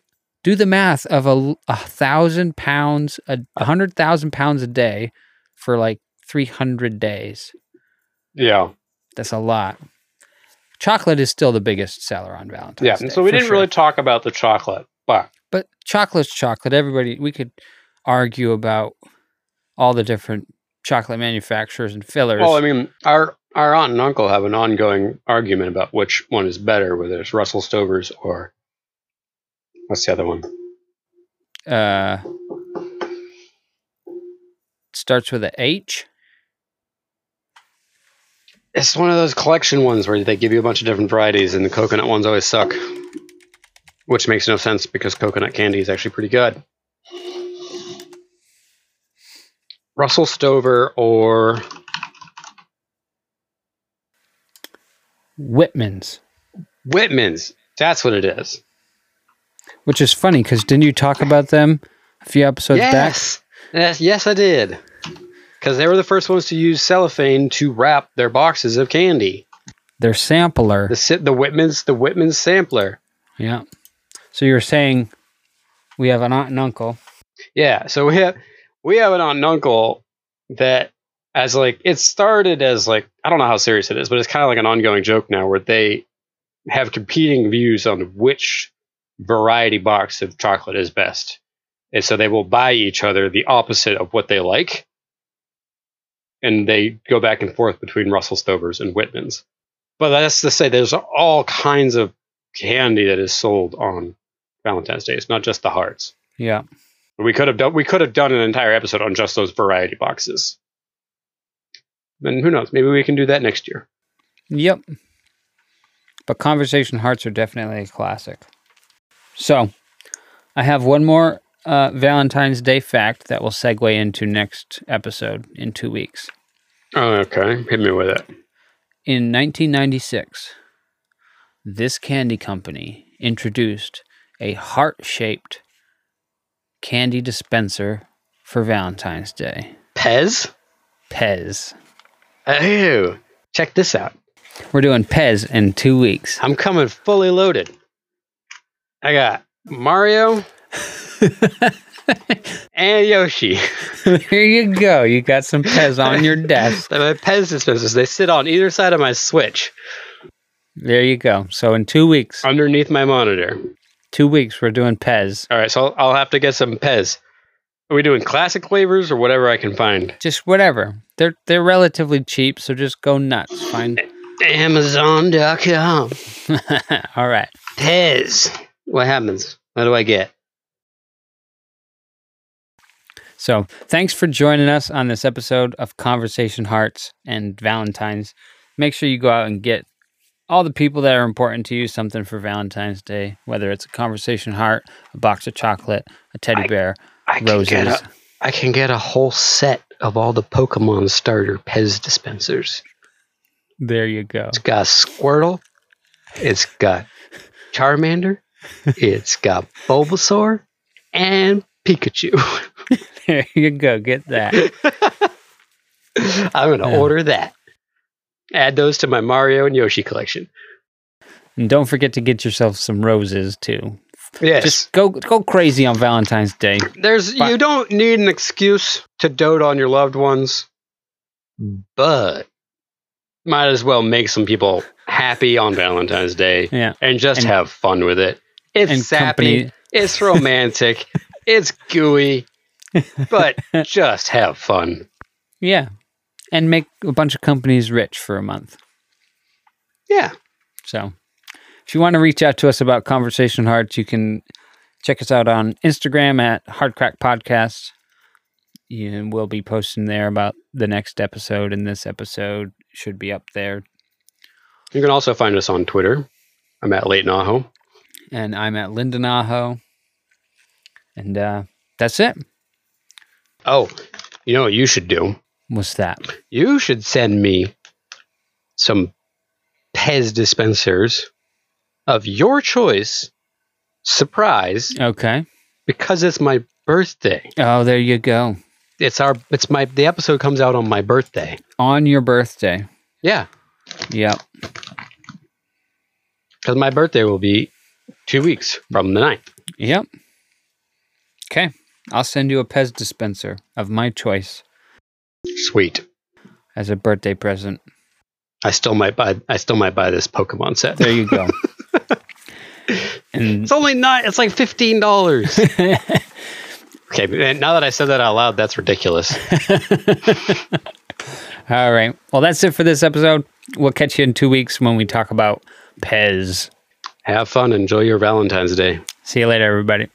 Speaker 1: Do the math of a, l- a thousand pounds,
Speaker 2: Uh.
Speaker 1: a a hundred thousand pounds a day for like 300 days.
Speaker 2: Yeah.
Speaker 1: That's a lot. Chocolate is still the biggest seller on Valentine's.
Speaker 2: Yeah.
Speaker 1: Day,
Speaker 2: So
Speaker 1: for
Speaker 2: we didn't
Speaker 1: sure.
Speaker 2: really talk about the chocolate, but
Speaker 1: but chocolate's chocolate. Everybody, we could argue about all the different chocolate manufacturers and fillers.
Speaker 2: well, I mean, our our aunt and uncle have an ongoing argument about which one is better, whether it's Russell Stover's or what's the other one?
Speaker 1: uh, starts with a H.
Speaker 2: It's one of those collection ones where they give you a bunch of different varieties, and the coconut ones always suck. Which makes no sense because coconut candy is actually pretty good. Russell Stover or
Speaker 1: Whitman's,
Speaker 2: Whitman's. That's what it is.
Speaker 1: which is funny because didn't you talk about them a few episodes back?
Speaker 2: yes. yes. Yes, I did. Because they were the first ones to use cellophane to wrap their boxes of candy.
Speaker 1: Their sampler.
Speaker 2: The, si- the Whitman's the Whitman's sampler.
Speaker 1: yeah. So you're saying we have an aunt and uncle.
Speaker 2: Yeah, so we have we have an aunt and uncle that as like it started as like I don't know how serious it is, but it's kind of like an ongoing joke now where they have competing views on which variety box of chocolate is best, and so they will buy each other the opposite of what they like, and they go back and forth between Russell Stovers and Whitman's. But that's to say, there's all kinds of candy that is sold on Valentine's Day. It's not just the hearts.
Speaker 1: Yeah.
Speaker 2: We could have done we could have done an entire episode on just those variety boxes. And who knows? Maybe we can do that next year.
Speaker 1: Yep. But conversation hearts are definitely a classic. So, I have one more uh, Valentine's Day fact that will segue into next episode in two weeks.
Speaker 2: Oh, okay. Hit me with it.
Speaker 1: In 1996, this candy company introduced a heart shaped candy dispenser for Valentine's Day,
Speaker 2: Pez?
Speaker 1: Pez.
Speaker 2: Oh. Check this out.
Speaker 1: We're doing Pez in two weeks.
Speaker 2: I'm coming fully loaded. I got Mario, and Yoshi.
Speaker 1: there you go. You got some Pez on your desk.
Speaker 2: They're my Pez dispensers. They sit on either side of my Switch
Speaker 1: There you go. So in two weeks,
Speaker 2: underneath my monitor.
Speaker 1: two weeks, we're doing Pez.
Speaker 2: All right, so I'll, I'll have to get some Pez. Are we doing classic flavors or whatever I can find?
Speaker 1: Just whatever. They're they're relatively cheap, so just go nuts. Find.
Speaker 2: Amazon.com.
Speaker 1: All right.
Speaker 2: Pez. What happens? What do I get?
Speaker 1: So thanks for joining us on this episode of Conversation Hearts and Valentine's. Make sure you go out and get all the people that are important to you something for Valentine's Day, whether it's a conversation heart, a box of chocolate, a teddy
Speaker 2: I-
Speaker 1: bear,
Speaker 2: I Get
Speaker 1: roses.
Speaker 2: a, I can get a whole set of all the Pokemon starter Pez dispensers.
Speaker 1: There you go.
Speaker 2: It's got Squirtle. It's got Charmander. it's got Bulbasaur and Pikachu.
Speaker 1: There you go. Get that.
Speaker 2: I'm going to
Speaker 1: Yeah.
Speaker 2: order that. Add those to my Mario and Yoshi collection.
Speaker 1: And don't forget to get yourself some roses too.
Speaker 2: Yes.
Speaker 1: Just go go crazy on Valentine's Day.
Speaker 2: There's
Speaker 1: But-
Speaker 2: you don't need an excuse to dote on your loved ones,
Speaker 1: Hmm.
Speaker 2: but might as well make some people happy on Valentine's Day
Speaker 1: Yeah.
Speaker 2: and just
Speaker 1: And-
Speaker 2: have fun with it. It's
Speaker 1: and
Speaker 2: sappy,
Speaker 1: company
Speaker 2: it's romantic, it's gooey, but just have fun.
Speaker 1: Yeah. And make a bunch of companies rich for a month.
Speaker 2: Yeah.
Speaker 1: So if you want to reach out to us about Conversation Hearts, you can check us out on Instagram at Hardcrack Podcast. You will be posting there about the next episode, and this episode should be up there.
Speaker 2: You can also find us on Twitter. I'm at Leighton Aho.
Speaker 1: And I'm at Lyndon Aho. And uh, that's it.
Speaker 2: Oh, you know what you should do?
Speaker 1: What's that?
Speaker 2: You should send me some Pez dispensers of your choice. Surprise,
Speaker 1: Okay.
Speaker 2: because it's my birthday.
Speaker 1: Oh, there you go.
Speaker 2: It's our it's my the episode comes out on my birthday.
Speaker 1: On your birthday.
Speaker 2: Yeah,
Speaker 1: Yep.
Speaker 2: cuz my birthday will be 2 weeks from the 9th.
Speaker 1: Yep. Okay. I'll send you a Pez dispenser of my choice
Speaker 2: Sweet.
Speaker 1: as a birthday present.
Speaker 2: I still might buy I still might buy this Pokemon set.
Speaker 1: There you go. and
Speaker 2: It's only not it's like $15. okay, and now that I said that out loud, that's ridiculous.
Speaker 1: all right. Well, that's it for this episode. We'll catch you in two weeks when we talk about Pez.
Speaker 2: Have fun, enjoy your Valentine's Day.
Speaker 1: See you later, everybody.